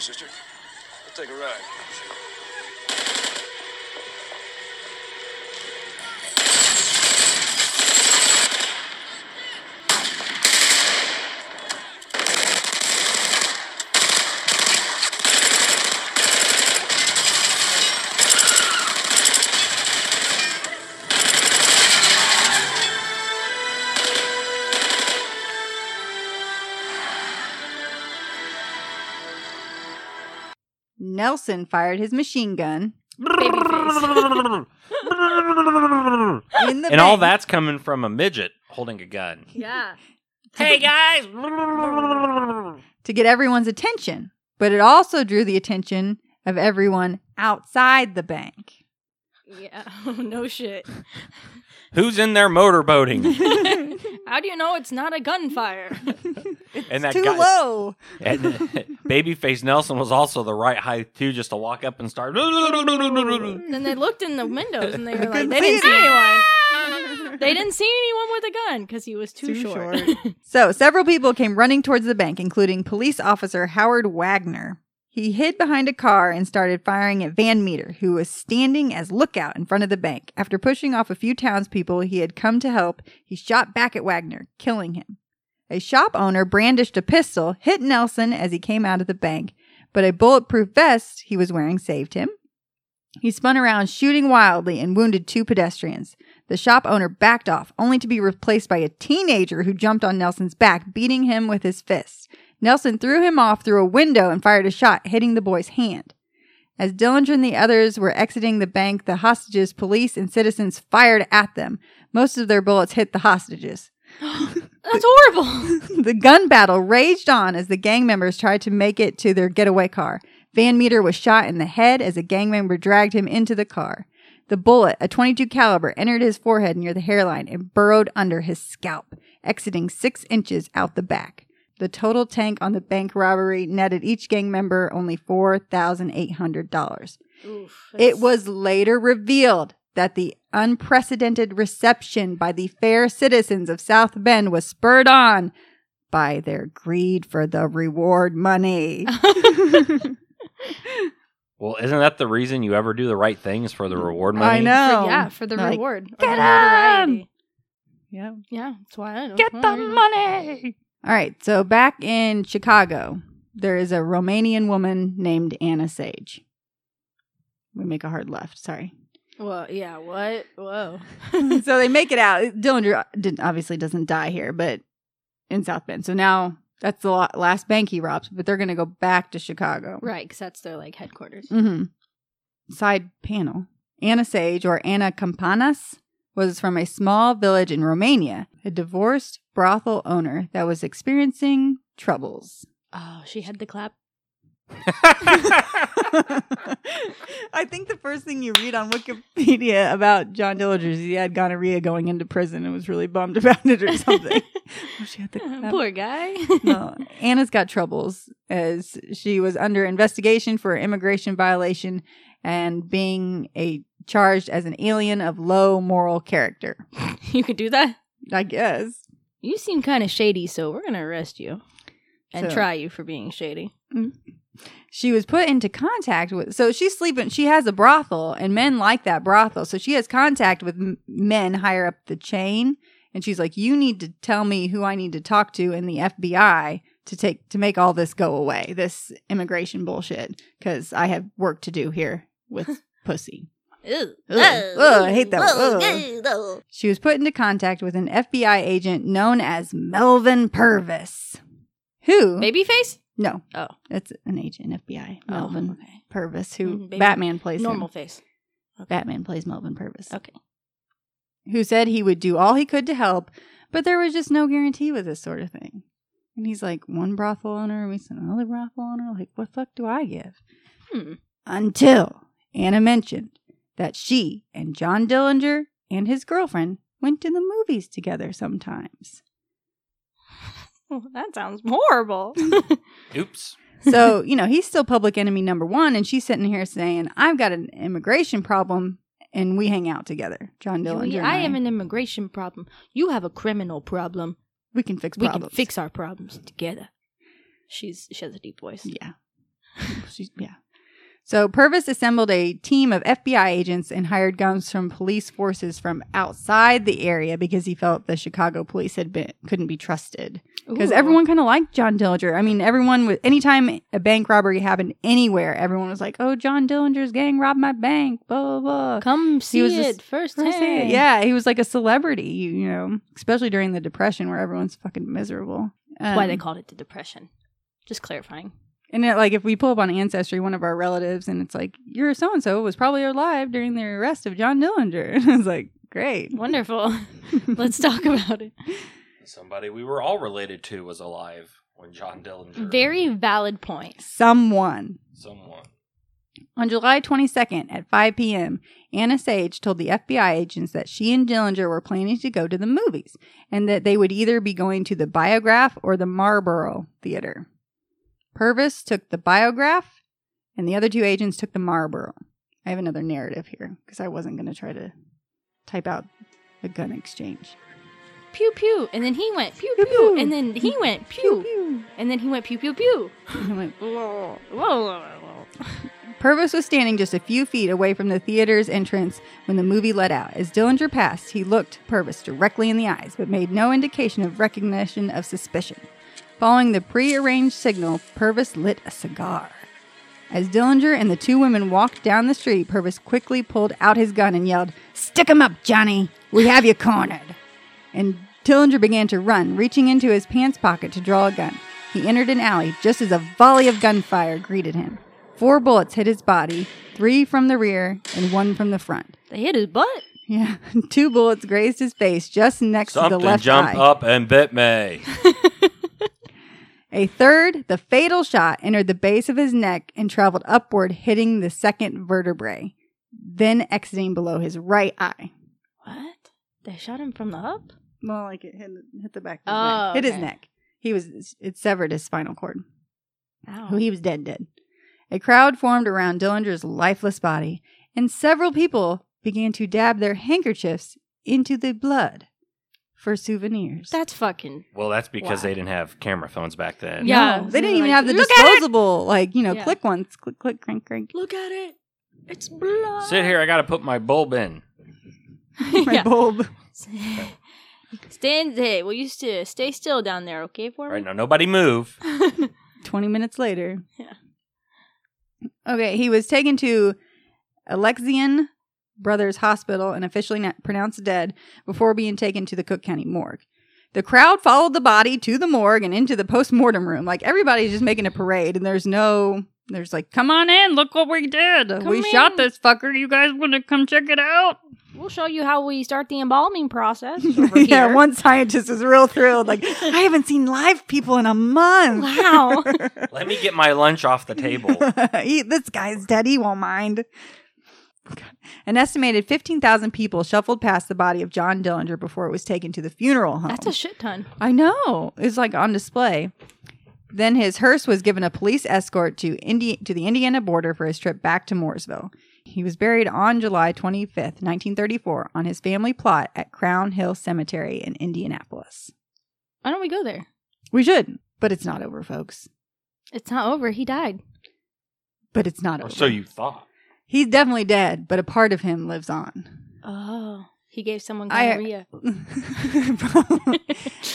Speaker 5: sister. Let's take a ride.
Speaker 2: Nelson fired his machine gun
Speaker 8: and
Speaker 2: in the
Speaker 8: all
Speaker 2: bank.
Speaker 8: that's coming from a midget holding a gun.
Speaker 3: Yeah.
Speaker 8: Hey guys!
Speaker 2: to get everyone's attention, but it also drew the attention of everyone outside the bank.
Speaker 3: Yeah. Oh, no shit.
Speaker 8: Who's in there motorboating?
Speaker 3: How do you know it's not a gunfire?
Speaker 8: And
Speaker 2: Too low.
Speaker 8: And
Speaker 1: uh,
Speaker 8: Babyface Nelson was also the right height too, just to walk up and start.
Speaker 3: Then they looked in the windows and they were like,
Speaker 2: couldn't
Speaker 3: they
Speaker 2: see
Speaker 3: didn't see anyone. They didn't see anyone with a gun because he was too,
Speaker 2: Too
Speaker 3: short.
Speaker 2: So several people came running towards the bank, including police officer Howard Wagner. He hid behind a car and started firing at Van Meter, who was standing as lookout in front of the bank. After pushing off a few townspeople he had come to help, he shot back at Wagner, killing him. A shop owner brandished a pistol, hit Nelson as he came out of the bank, but a bulletproof vest he was wearing saved him. He spun around, shooting wildly, and wounded two pedestrians. The shop owner backed off, only to be replaced by a teenager who jumped on Nelson's back, beating him with his fists. Nelson threw him off through a window and fired a shot, hitting the boy's hand. As Dillinger and the others were exiting the bank, the hostages, police, and citizens fired at them. Most of their bullets hit the hostages.
Speaker 3: That's horrible.
Speaker 2: the gun battle raged on as the gang members tried to make it to their getaway car. Van Meter was shot in the head as a gang member dragged him into the car. The bullet, a 22 caliber, entered his forehead near the hairline and burrowed under his scalp, exiting six inches out the back. The total tank on the bank robbery netted each gang member only $4,800. It was later revealed that the unprecedented reception by the fair citizens of South Bend was spurred on by their greed for the reward money.
Speaker 8: Well, isn't that the reason you ever do the right thing is for the reward money?
Speaker 2: I know.
Speaker 3: For- yeah, for the
Speaker 2: Oh, Like,
Speaker 3: reward. or
Speaker 2: "Get
Speaker 3: the notoriety."
Speaker 2: Yeah.
Speaker 3: Yeah, that's why I don't
Speaker 2: Get
Speaker 3: well,
Speaker 2: the
Speaker 3: there you go.
Speaker 2: money. All right. So back in Chicago, there is a Romanian woman named Anna Sage. We make a hard left. Sorry.
Speaker 3: Well, yeah, what? Whoa.
Speaker 2: so they make it out. Dillinger uh, didn't, obviously doesn't die here, but in South Bend. So now that's the la- last bank he robs, but they're going to go back to Chicago.
Speaker 3: right, because that's their like headquarters.
Speaker 2: hmm Side panel. Anna Sage, or Anna Campanas, was from a small village in Romania, a divorced brothel owner that was experiencing troubles.
Speaker 3: Oh, she had the clap.
Speaker 2: I think the first thing you read on Wikipedia about John Dillinger is he had gonorrhea going into prison and was really bummed about it or something. Oh, she had the clap.
Speaker 3: Poor guy.
Speaker 2: no, Anna's got troubles as she was under investigation for immigration violation and being a charged as an alien of low moral character.
Speaker 3: you could do that.
Speaker 2: I guess.
Speaker 3: You seem kind of shady, so we're gonna arrest you and
Speaker 2: So-
Speaker 3: try you for being shady.
Speaker 2: She was put into contact with so she's sleeping she has a brothel and men like that brothel. So she has contact with m- men higher up the chain and she's like you need to tell me who I need to talk to in the FBI to take to make all this go away. This immigration bullshit cuz I have work to do here with pussy.
Speaker 3: Ew.
Speaker 2: Ugh.
Speaker 3: Oh,
Speaker 2: Ugh, I hate that one. Ugh. She was put into contact with an FBI agent known as Melvin Purvis. Who?
Speaker 3: Babyface?
Speaker 2: No.
Speaker 3: Oh.
Speaker 2: That's an agent, FBI.
Speaker 3: Oh,
Speaker 2: Melvin
Speaker 3: okay.
Speaker 2: Purvis, who
Speaker 3: Mhm, baby-
Speaker 2: Batman plays. him.
Speaker 3: Normal face.
Speaker 2: Batman plays Melvin Purvis.
Speaker 3: Okay.
Speaker 2: Who said he would do all he could to help, but there was just no guarantee with this sort of thing. And he's like, one brothel owner, we sent another brothel owner. Like, what fuck do I give?
Speaker 3: Hmm.
Speaker 2: Until Anna mentioned that she and John Dillinger and his girlfriend went to the movies together sometimes.
Speaker 3: Well, that sounds horrible.
Speaker 8: Oops.
Speaker 2: So, you know, he's still public enemy number one. And she's sitting here saying, I've got an immigration problem and we hang out together. John Dillinger.
Speaker 3: We-
Speaker 2: and
Speaker 3: I am an immigration problem. You have a criminal problem.
Speaker 2: We can fix
Speaker 3: We
Speaker 2: problems.
Speaker 3: can fix our problems together. She's she has a deep voice.
Speaker 2: Yeah. She's, yeah. So Purvis assembled a team of FBI agents and hired guns from police forces from outside the area because he felt the Chicago police had been couldn't be trusted because
Speaker 3: Ooh.
Speaker 2: everyone kind of liked John Dillinger. I mean, everyone was anytime a bank robbery happened anywhere, everyone was like, "Oh, John Dillinger's gang robbed my bank." Blah blah. blah.
Speaker 3: Come see
Speaker 2: was
Speaker 3: it
Speaker 2: just-
Speaker 3: first
Speaker 2: First hand.
Speaker 3: hand.
Speaker 2: Yeah, he was like a celebrity, you, you know, especially during the Depression where everyone's fucking miserable.
Speaker 3: That's why they
Speaker 2: Um,
Speaker 3: called it the Depression. Just clarifying.
Speaker 2: And it, like, if we pull up on Ancestry, one of our relatives, and it's like, your so and so was probably alive during the arrest of John Dillinger. it's like, great.
Speaker 3: Wonderful. Let's talk about it.
Speaker 8: Somebody we were all related to was alive when John Dillinger.
Speaker 3: Very valid point.
Speaker 2: Someone.
Speaker 8: Someone.
Speaker 2: On July 22nd at 5 p.m., Anna Sage told the FBI agents that she and Dillinger were planning to go to the movies and that they would either be going to the Biograph or the Marlboro Theater. Purvis took the Biograph and the other two agents took the Marlboro. I have another narrative here because I wasn't going to try to type out the gun exchange.
Speaker 3: Pew pew. And then he went pew
Speaker 2: Pew,
Speaker 3: pew.
Speaker 2: pew.
Speaker 3: And then he went pew. And then he went pew pew pew.
Speaker 2: I'm like,
Speaker 3: Whoa, whoa, whoa, whoa.
Speaker 2: Purvis was standing just a few feet away from the theater's entrance when the movie let out. As Dillinger passed, he looked Purvis directly in the eyes, but made no indication of recognition of suspicion. Following the prearranged signal, Purvis lit a cigar. As Dillinger and the two women walked down the street, Purvis quickly pulled out his gun and yelled, "Stick 'em up, Johnny! We have you cornered! And Dillinger began to run, reaching into his pants pocket to draw a gun. He entered an alley just as a volley of gunfire greeted him. Four bullets hit his body, three from the rear and one from the front.
Speaker 3: They hit his butt.
Speaker 2: Yeah, two bullets grazed his face just next to the
Speaker 8: Something
Speaker 2: left
Speaker 8: jumped
Speaker 2: eye.
Speaker 8: up and bit me.
Speaker 2: A third, the fatal shot, entered the base of his neck and traveled upward, hitting the second vertebrae, then exiting below his right eye.
Speaker 3: What? They shot him from the up?
Speaker 2: Well, like it hit, hit the back
Speaker 3: his neck. Oh,
Speaker 2: Hit his
Speaker 3: okay.
Speaker 2: neck. He was it severed his spinal cord.
Speaker 3: Ow.
Speaker 2: who he was dead dead. A crowd formed around Dillinger's lifeless body, and several people began to dab their handkerchiefs into the blood for souvenirs.
Speaker 3: That's fucking.
Speaker 8: Well, that's because
Speaker 3: Wow.
Speaker 8: they didn't have camera phones back then.
Speaker 3: Yeah.
Speaker 2: No, they didn't even
Speaker 3: like,
Speaker 2: have the
Speaker 3: "Look at it!"
Speaker 2: disposable, like you know,
Speaker 3: Yeah.
Speaker 2: click once, click, click, crank, crank.
Speaker 3: Look at it. It's blood.
Speaker 8: Sit here. I gotta put my bulb in.
Speaker 2: My bulb.
Speaker 3: Stand there. Well, you st- stay still down there, okay, for
Speaker 8: All
Speaker 3: me?
Speaker 8: right now, nobody move.
Speaker 2: Twenty minutes later.
Speaker 3: Yeah.
Speaker 2: Okay, he was taken to Alexian Brothers Hospital and officially na- pronounced dead before being taken to the Cook County morgue. The crowd followed the body to the morgue and into the postmortem room. Like everybody's just making a parade, and there's no, there's like, come on in, look what we did. we
Speaker 3: in."
Speaker 2: shot this fucker. You guys want to come check it out?
Speaker 3: We'll show you how we start the embalming process. Over
Speaker 2: yeah,
Speaker 3: here.
Speaker 2: one scientist was real thrilled. Like, I haven't seen live people in a month.
Speaker 3: Wow.
Speaker 8: Let me get my lunch off the table.
Speaker 2: he, this guy's dead. He won't mind. An estimated 15,000 people shuffled past the body of John Dillinger before it was taken to the funeral home.
Speaker 3: That's a shit ton.
Speaker 2: I know. It's like on display. Then his hearse was given a police escort to Indi- to the Indiana border for his trip back to Mooresville. He was buried on July 25th, 1934, on his family plot at Crown Hill Cemetery in Indianapolis.
Speaker 3: Why don't we go there?
Speaker 2: We should, but it's not over, folks.
Speaker 3: It's not over. He died.
Speaker 2: But it's not
Speaker 8: or
Speaker 2: over.
Speaker 8: Oh, so you thought.
Speaker 2: He's definitely dead, but a part of him lives on.
Speaker 3: Oh. He gave someone
Speaker 2: I-
Speaker 3: gonorrhea.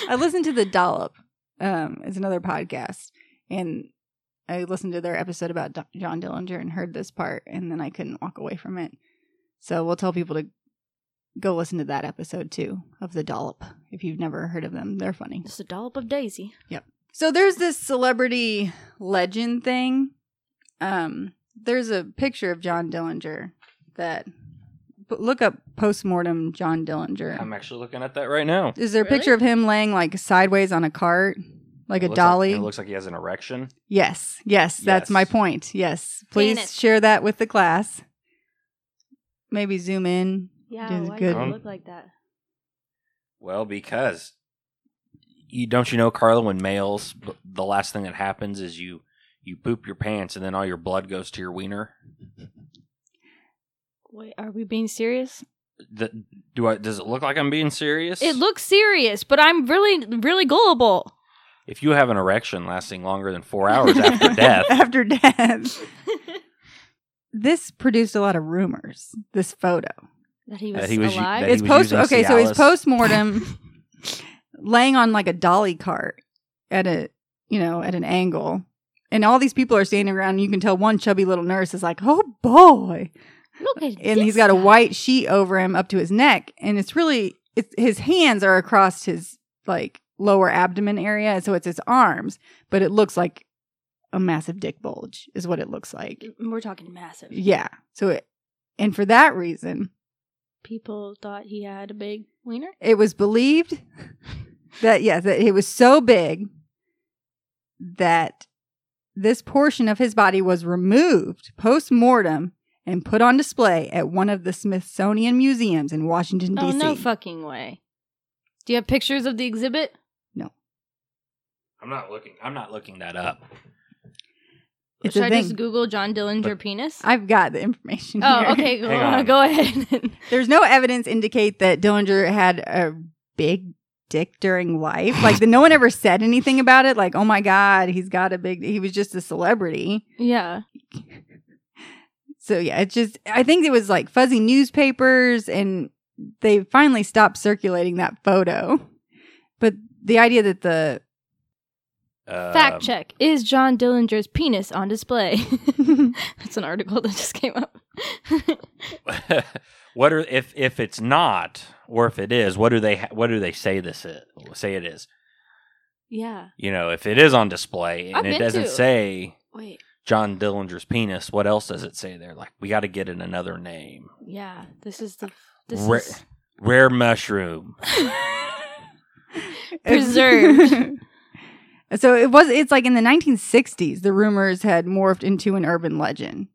Speaker 2: I listened to the Dollop. Um, it's another podcast, and I listened to their episode about Do- John Dillinger and heard this part, and then I couldn't walk away from it. So we'll tell people to go listen to that episode too of the Dollop if you've never heard of them. They're funny.
Speaker 3: Just a dollop of Daisy.
Speaker 2: So there's this celebrity legend thing. Um, there's a picture of John Dillinger that but look up postmortem John Dillinger.
Speaker 8: I'm actually looking at that right now.
Speaker 2: Is there a
Speaker 3: Really?
Speaker 2: picture of him laying like sideways on a cart, like
Speaker 8: It
Speaker 2: a
Speaker 8: looks
Speaker 2: dolly?
Speaker 8: it looks like he has an erection.
Speaker 2: yes, yes, that's
Speaker 8: Yes.
Speaker 2: my point. Yes, please
Speaker 3: Penis.
Speaker 2: share that with the class. Maybe zoom in.
Speaker 3: Yeah,
Speaker 2: Does
Speaker 3: why
Speaker 2: good.
Speaker 3: does
Speaker 1: Um,
Speaker 3: it look like that?
Speaker 8: Well, because you don't you know, Carla, when males, b- the last thing that happens is you you poop your pants and then all your blood goes to your wiener.
Speaker 3: Wait, are we being serious?
Speaker 8: Th- do I? Does it look like I'm being serious?
Speaker 3: It looks serious, but I'm really, really gullible.
Speaker 1: If you have an erection lasting longer than four hours after death,
Speaker 2: after death. this produced a lot of rumors. This photo.
Speaker 3: That he was,
Speaker 1: That he was-
Speaker 3: alive.
Speaker 1: that he
Speaker 2: It's post.
Speaker 1: using
Speaker 2: Okay, so
Speaker 1: Cialis.
Speaker 2: he's post mortem, laying on like a dolly cart at a you know at an angle, and all these people are standing around. And you can tell one chubby little nurse is like, "Oh boy,"
Speaker 3: Look at
Speaker 2: and
Speaker 3: this
Speaker 2: he's got a
Speaker 3: guy.
Speaker 2: white sheet over him up to his neck, and it's really it's his hands are across his like lower abdomen area, so it's his arms, but it looks like a massive dick bulge is what it looks like.
Speaker 3: We're talking massive.
Speaker 2: Yeah. So it, and for that reason,
Speaker 3: People thought he had a big wiener.
Speaker 2: it was believed that yes, that it was so big that this portion of his body was removed post mortem and put on display at one of the Smithsonian museums in Washington D.C.
Speaker 3: Oh no fucking way! Do you have pictures of the exhibit?
Speaker 1: I'm not looking. I'm not looking that up.
Speaker 2: It's
Speaker 3: Should
Speaker 2: a
Speaker 3: I
Speaker 2: thing.
Speaker 3: just Google John Dillinger
Speaker 1: But-
Speaker 3: penis?
Speaker 2: I've got the information.
Speaker 3: oh,
Speaker 2: here.
Speaker 3: okay. Go,
Speaker 1: Hang on.
Speaker 3: go ahead.
Speaker 2: There's no evidence indicate that Dillinger had a big dick during life. Like the, no one ever said anything about it. Like, oh my god, he's got a big. He was just a celebrity.
Speaker 3: yeah.
Speaker 2: So yeah, it just I think it was like fuzzy newspapers and they finally stopped circulating that photo. But the idea that the
Speaker 1: Um,
Speaker 3: Fact check: Is John Dillinger's penis on display? That's an article that just came up.
Speaker 1: what are if if it's not or if it is? What do they ha- what do they say this is? Say it is.
Speaker 3: yeah.
Speaker 1: You know, if it is on display and
Speaker 3: I'm
Speaker 1: it doesn't
Speaker 3: into-
Speaker 1: say
Speaker 3: Wait.
Speaker 1: John Dillinger's penis, what else does it say there? Like we got to get it another name.
Speaker 3: Yeah. This is the. This
Speaker 1: Ra-
Speaker 3: is.
Speaker 1: Rare mushroom.
Speaker 3: Preserved.
Speaker 2: so it was it's like in the 1960s the rumors had morphed into an urban legend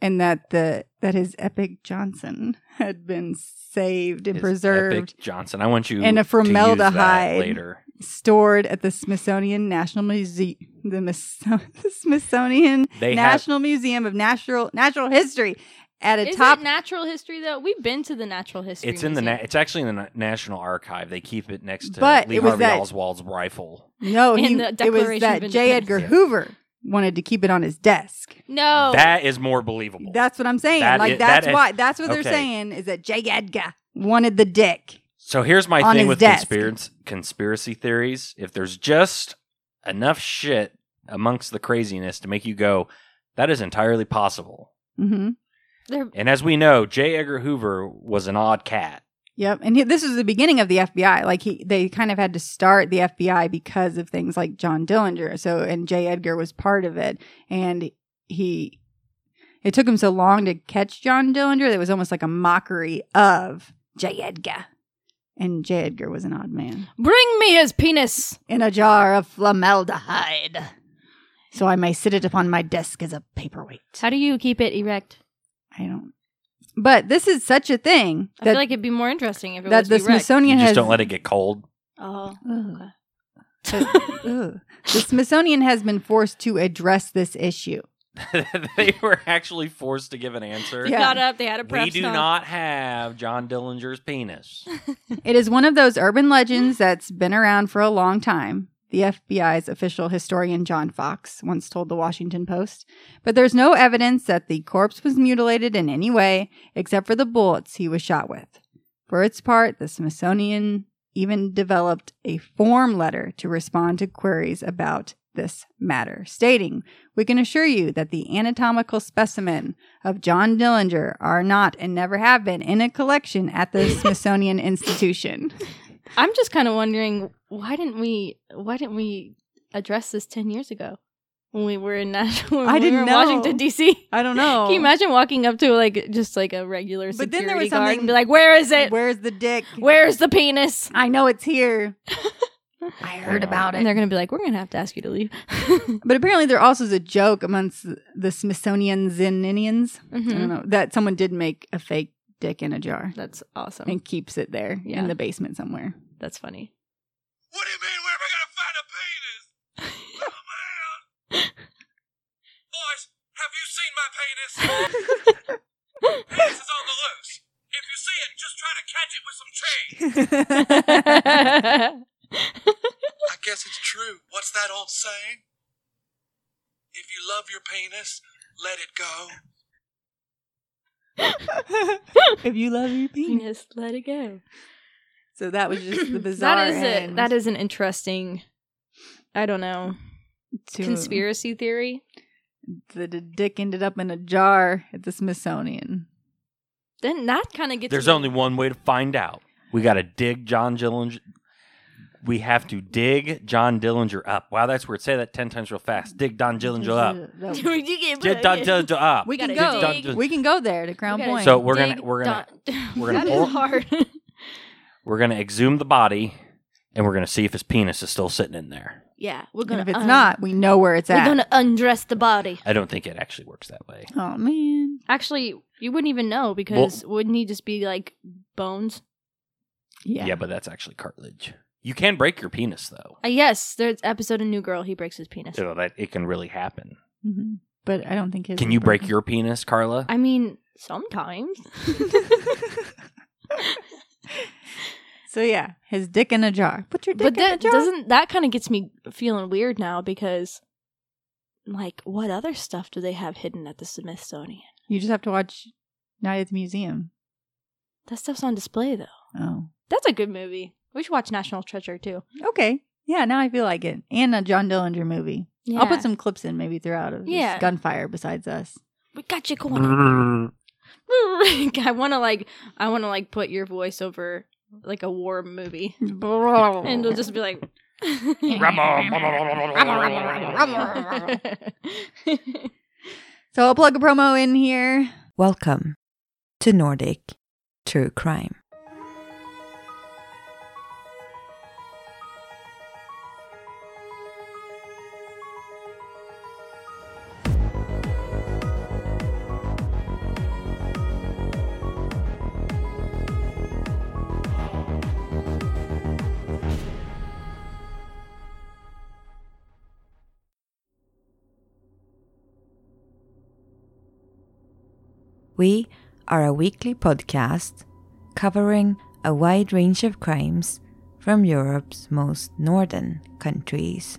Speaker 2: and that the that his epic Johnson had been saved and
Speaker 1: is
Speaker 2: preserved
Speaker 1: Epic Johnson. I want you
Speaker 2: And a
Speaker 1: to use that
Speaker 2: formaldehyde.
Speaker 1: later.
Speaker 2: stored at the Smithsonian National Museum, the, Mis- the Smithsonian
Speaker 1: They have-
Speaker 2: National Museum of Natural Natural History, at a
Speaker 3: Is
Speaker 2: top.
Speaker 3: it natural history though? We've been to the natural history.
Speaker 1: It's in the. Na-
Speaker 3: Museum.
Speaker 1: it's actually in the Na- National Archive. They keep it next to
Speaker 2: But
Speaker 1: Lee
Speaker 2: it was
Speaker 1: Harvey
Speaker 2: that-
Speaker 1: Oswald's rifle.
Speaker 2: no,
Speaker 3: in
Speaker 2: he,
Speaker 3: the
Speaker 2: it was
Speaker 3: Declaration
Speaker 2: that
Speaker 3: of
Speaker 2: J.
Speaker 3: Independence.
Speaker 2: Edgar
Speaker 1: Yeah.
Speaker 2: Hoover wanted to keep it on his desk.
Speaker 3: no.
Speaker 1: That is more believable.
Speaker 2: Oh. That's what I'm saying.
Speaker 1: That
Speaker 2: like
Speaker 1: is-
Speaker 2: that's
Speaker 1: that is-
Speaker 2: why. That's what
Speaker 1: okay.
Speaker 2: they're saying is that J. Edgar wanted the dick.
Speaker 1: So here's my
Speaker 2: on
Speaker 1: thing
Speaker 2: his
Speaker 1: with
Speaker 2: desk.
Speaker 1: conspiracy conspiracy theories. If there's just enough shit amongst the craziness to make you go, that is entirely possible.
Speaker 2: hmm
Speaker 3: They're-
Speaker 1: And as we know, J. Edgar Hoover was an odd cat.
Speaker 2: Yep. And he, this was the beginning of the FBI. Like he, they kind of had to start the FBI because of things like John Dillinger. So, and J. Edgar was part of it. And he, it took him so long to catch John Dillinger that it was almost like a mockery of J. Edgar. And J. Edgar was an odd man
Speaker 3: Bring me his penis.
Speaker 2: in a jar of flamaldehyde. So I may sit it upon my desk as a paperweight.
Speaker 3: How do you keep it erect?
Speaker 2: I don't. But this is such a thing
Speaker 3: I
Speaker 2: that,
Speaker 3: feel like it'd be more interesting if it
Speaker 2: that
Speaker 3: was
Speaker 2: the
Speaker 3: erect.
Speaker 1: You
Speaker 2: Smithsonian
Speaker 1: just
Speaker 2: has
Speaker 1: don't let it get cold.
Speaker 3: oh.
Speaker 2: Ugh.
Speaker 3: okay.
Speaker 2: Ugh. the Smithsonian has been forced to address this issue.
Speaker 1: they were actually forced to give an answer.
Speaker 3: They
Speaker 2: Yeah.
Speaker 3: got up. They had a prep
Speaker 1: We do
Speaker 3: song.
Speaker 1: not have John Dillinger's penis.
Speaker 2: It is one of those urban legends that's been around for a long time. The FBI's official historian John Fox once told the Washington Post, but there's no evidence that the corpse was mutilated in any way except for the bullets he was shot with. For its part, the Smithsonian even developed a form letter to respond to queries about this matter, stating, We can assure you that the anatomical specimen of John Dillinger are not and never have been in a collection at the Smithsonian Institution.
Speaker 3: I'm just kind of wondering why didn't we why didn't we address this ten years ago when we were in Nashville? When
Speaker 2: I
Speaker 3: we
Speaker 2: didn't
Speaker 3: were in
Speaker 2: know.
Speaker 3: Washington D.C.
Speaker 2: I don't know.
Speaker 3: Can you imagine walking up to like just like a regular
Speaker 2: But
Speaker 3: security
Speaker 2: then there was
Speaker 3: guard
Speaker 2: something-
Speaker 3: and be like, "Where is it?
Speaker 2: Where's the dick?
Speaker 3: Where's the penis?"
Speaker 2: I know it's here. I heard about
Speaker 3: And
Speaker 2: it.
Speaker 3: they're gonna be like, "We're gonna have to ask you to leave." Mm-hmm.
Speaker 2: But apparently, there also is a joke amongst the Smithsonian Zininians. I don't
Speaker 3: Mhm.
Speaker 2: know that someone did make a fake dick in a jar
Speaker 3: That's awesome.
Speaker 2: and keeps it there
Speaker 3: Yeah.
Speaker 2: in the basement somewhere.
Speaker 3: That's funny.
Speaker 9: What do you mean, where am I gonna find a penis? Little man! Boys, have you seen my penis? penis is on the loose. If you see it, just try to catch it with some
Speaker 3: That's
Speaker 9: chains. I guess it's true. What's that that old saying? If you love your penis, let it go.
Speaker 2: if you love E your penis.
Speaker 3: Penis, let it go.
Speaker 2: So that was just the bizarre.
Speaker 3: that is a,
Speaker 2: end
Speaker 3: that is an interesting. I don't know
Speaker 2: to
Speaker 3: conspiracy theory.
Speaker 2: The, the dick ended up in a jar at the Smithsonian.
Speaker 3: Then that kind of gets.
Speaker 8: There's
Speaker 3: me-
Speaker 8: only one way to find out. We got to dig John Dillinger. We have to dig John Dillinger up. Wow, that's weird. Say that 10 times real fast. Dig Don Dillinger up.
Speaker 2: That-
Speaker 3: Dude, you get
Speaker 8: Dig Don
Speaker 3: bugged.
Speaker 8: Dillinger up.
Speaker 2: We
Speaker 3: gotta
Speaker 2: can go.
Speaker 8: dig Don-
Speaker 2: We can go there to Crown
Speaker 3: We gotta
Speaker 2: Point.
Speaker 8: So we're gonna-
Speaker 3: dig
Speaker 8: we're gonna-
Speaker 3: Don-
Speaker 8: we're gonna
Speaker 3: That
Speaker 8: or-
Speaker 3: is hard.
Speaker 8: We're going to exhume the body and we're going to see if his penis is still sitting in there.
Speaker 3: yeah, we're
Speaker 2: and
Speaker 3: gonna.
Speaker 2: if it's
Speaker 3: un-
Speaker 2: not, we know where it's
Speaker 3: we're
Speaker 2: at.
Speaker 3: gonna undress the body.
Speaker 8: I don't think it actually works that way.
Speaker 2: Oh man,
Speaker 3: Actually, you wouldn't even know because wouldn't he just be like bones?
Speaker 2: yeah.
Speaker 8: Yeah. but that's actually cartilage. You can break your penis, though.
Speaker 3: Uh, yes, there's episode of New Girl. He breaks his penis.
Speaker 8: So that it can really happen.
Speaker 2: Mhm. But I don't think his.
Speaker 8: Can you break your penis, Carla?
Speaker 3: I mean, sometimes.
Speaker 2: So yeah, his dick in a jar. Put your dick
Speaker 3: but
Speaker 2: in a
Speaker 3: that
Speaker 2: jar.
Speaker 3: doesn't that kind of gets me feeling weird now because like what other stuff do they have hidden at the Smithsonian?
Speaker 2: You just have to watch Night at the Museum.
Speaker 3: That stuff's on display though.
Speaker 2: Oh,
Speaker 3: That's a good movie. We should watch National Treasure too.
Speaker 2: okay. Yeah, now I feel like it. And a John Dillinger movie.
Speaker 3: Yeah.
Speaker 2: I'll put some clips in maybe throughout of just
Speaker 3: Yeah.
Speaker 2: gunfire besides us.
Speaker 3: We got you cornered. I want to like I want to like put your voice over like a war movie and it'll just be like
Speaker 2: So I'll plug a promo in here.
Speaker 10: Welcome to Nordic True Crime. We are a weekly podcast covering a wide range of crimes from Europe's most northern countries.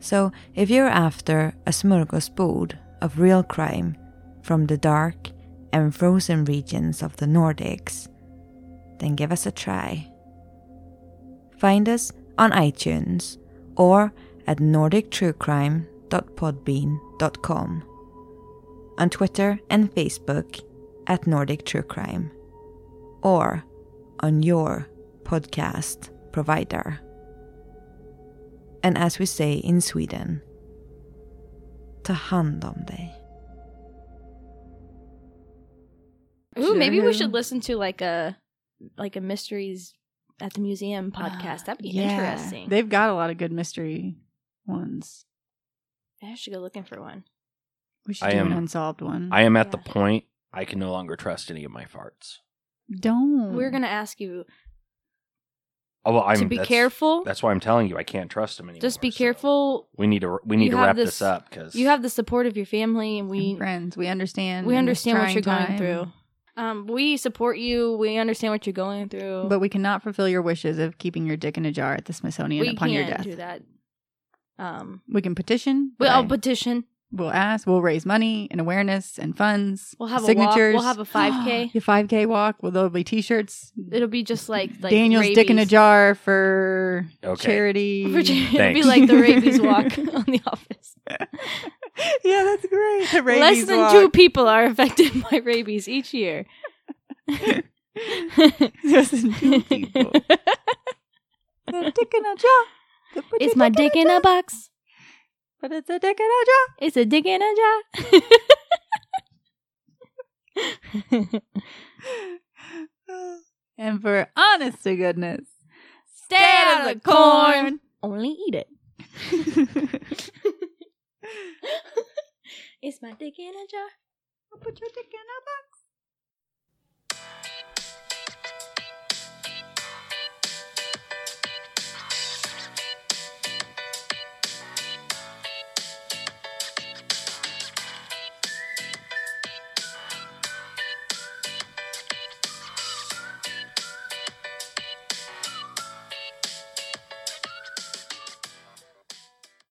Speaker 10: So, if you're after a smorgasbord of real crime from the dark and frozen regions of the Nordics, then give us a try. Find us on iTunes or at nordictruecrime.podbean.com on Twitter and Facebook at Nordic True Crime or on your podcast provider. And as we say in Sweden, ta hand om dig.
Speaker 3: Ooh, maybe we should listen to like a like a mysteries at the museum podcast. That'd be
Speaker 2: Yeah.
Speaker 3: interesting.
Speaker 2: They've got a lot of good mystery ones.
Speaker 3: I should go looking for one.
Speaker 2: We should
Speaker 8: I
Speaker 2: do
Speaker 8: am-
Speaker 2: an unsolved one.
Speaker 8: I am at the
Speaker 3: Yeah.
Speaker 8: point I can no longer trust any of my farts.
Speaker 2: don't.
Speaker 3: We're gonna ask you
Speaker 8: Oh, well, I'm
Speaker 3: to be
Speaker 8: that's-
Speaker 3: careful.
Speaker 8: That's why I'm telling you I can't trust him anymore.
Speaker 3: Just be
Speaker 8: so
Speaker 3: careful.
Speaker 8: We need to we need
Speaker 3: You
Speaker 8: to
Speaker 3: have
Speaker 8: wrap this,
Speaker 3: this-
Speaker 8: up because
Speaker 3: You have the support of your family, and
Speaker 2: we
Speaker 3: we
Speaker 2: friends. We understand.
Speaker 3: we
Speaker 2: in this
Speaker 3: understand what
Speaker 2: trying
Speaker 3: you're going
Speaker 2: time,
Speaker 3: through. Um, we support you. We understand what you're going through.
Speaker 2: But we cannot fulfill your wishes of keeping your dick in a jar at the Smithsonian
Speaker 3: we
Speaker 2: upon your
Speaker 3: can't
Speaker 2: death.
Speaker 3: do that. Um,
Speaker 2: We can petition.
Speaker 3: we, will
Speaker 2: but
Speaker 3: petition.
Speaker 2: We'll ask. We'll raise money and awareness and funds.
Speaker 3: We'll have
Speaker 2: signatures.
Speaker 3: a walk. We'll have a 5K.
Speaker 2: Your 5K walk. Well, there'll be T-shirts.
Speaker 3: It'll be just like like
Speaker 2: Daniel's dick in a
Speaker 3: rabies.
Speaker 2: jar for
Speaker 8: Okay.
Speaker 2: charity.
Speaker 3: For- It'll be
Speaker 8: Thanks.
Speaker 3: like the rabies walk on the office.
Speaker 2: yeah, that's great. The
Speaker 3: Less
Speaker 2: rabies
Speaker 3: than
Speaker 2: walk.
Speaker 3: two people are affected by rabies each year.
Speaker 2: Less than two people. The dick in a jar. The- put your
Speaker 3: it's my dick in a box.
Speaker 2: But it's a dick in a jar.
Speaker 3: It's a dick in a jar.
Speaker 2: And for honest to goodness,
Speaker 3: Stay out of the corn. Only eat it. it's my dick in a jar.
Speaker 2: Put your dick in a box.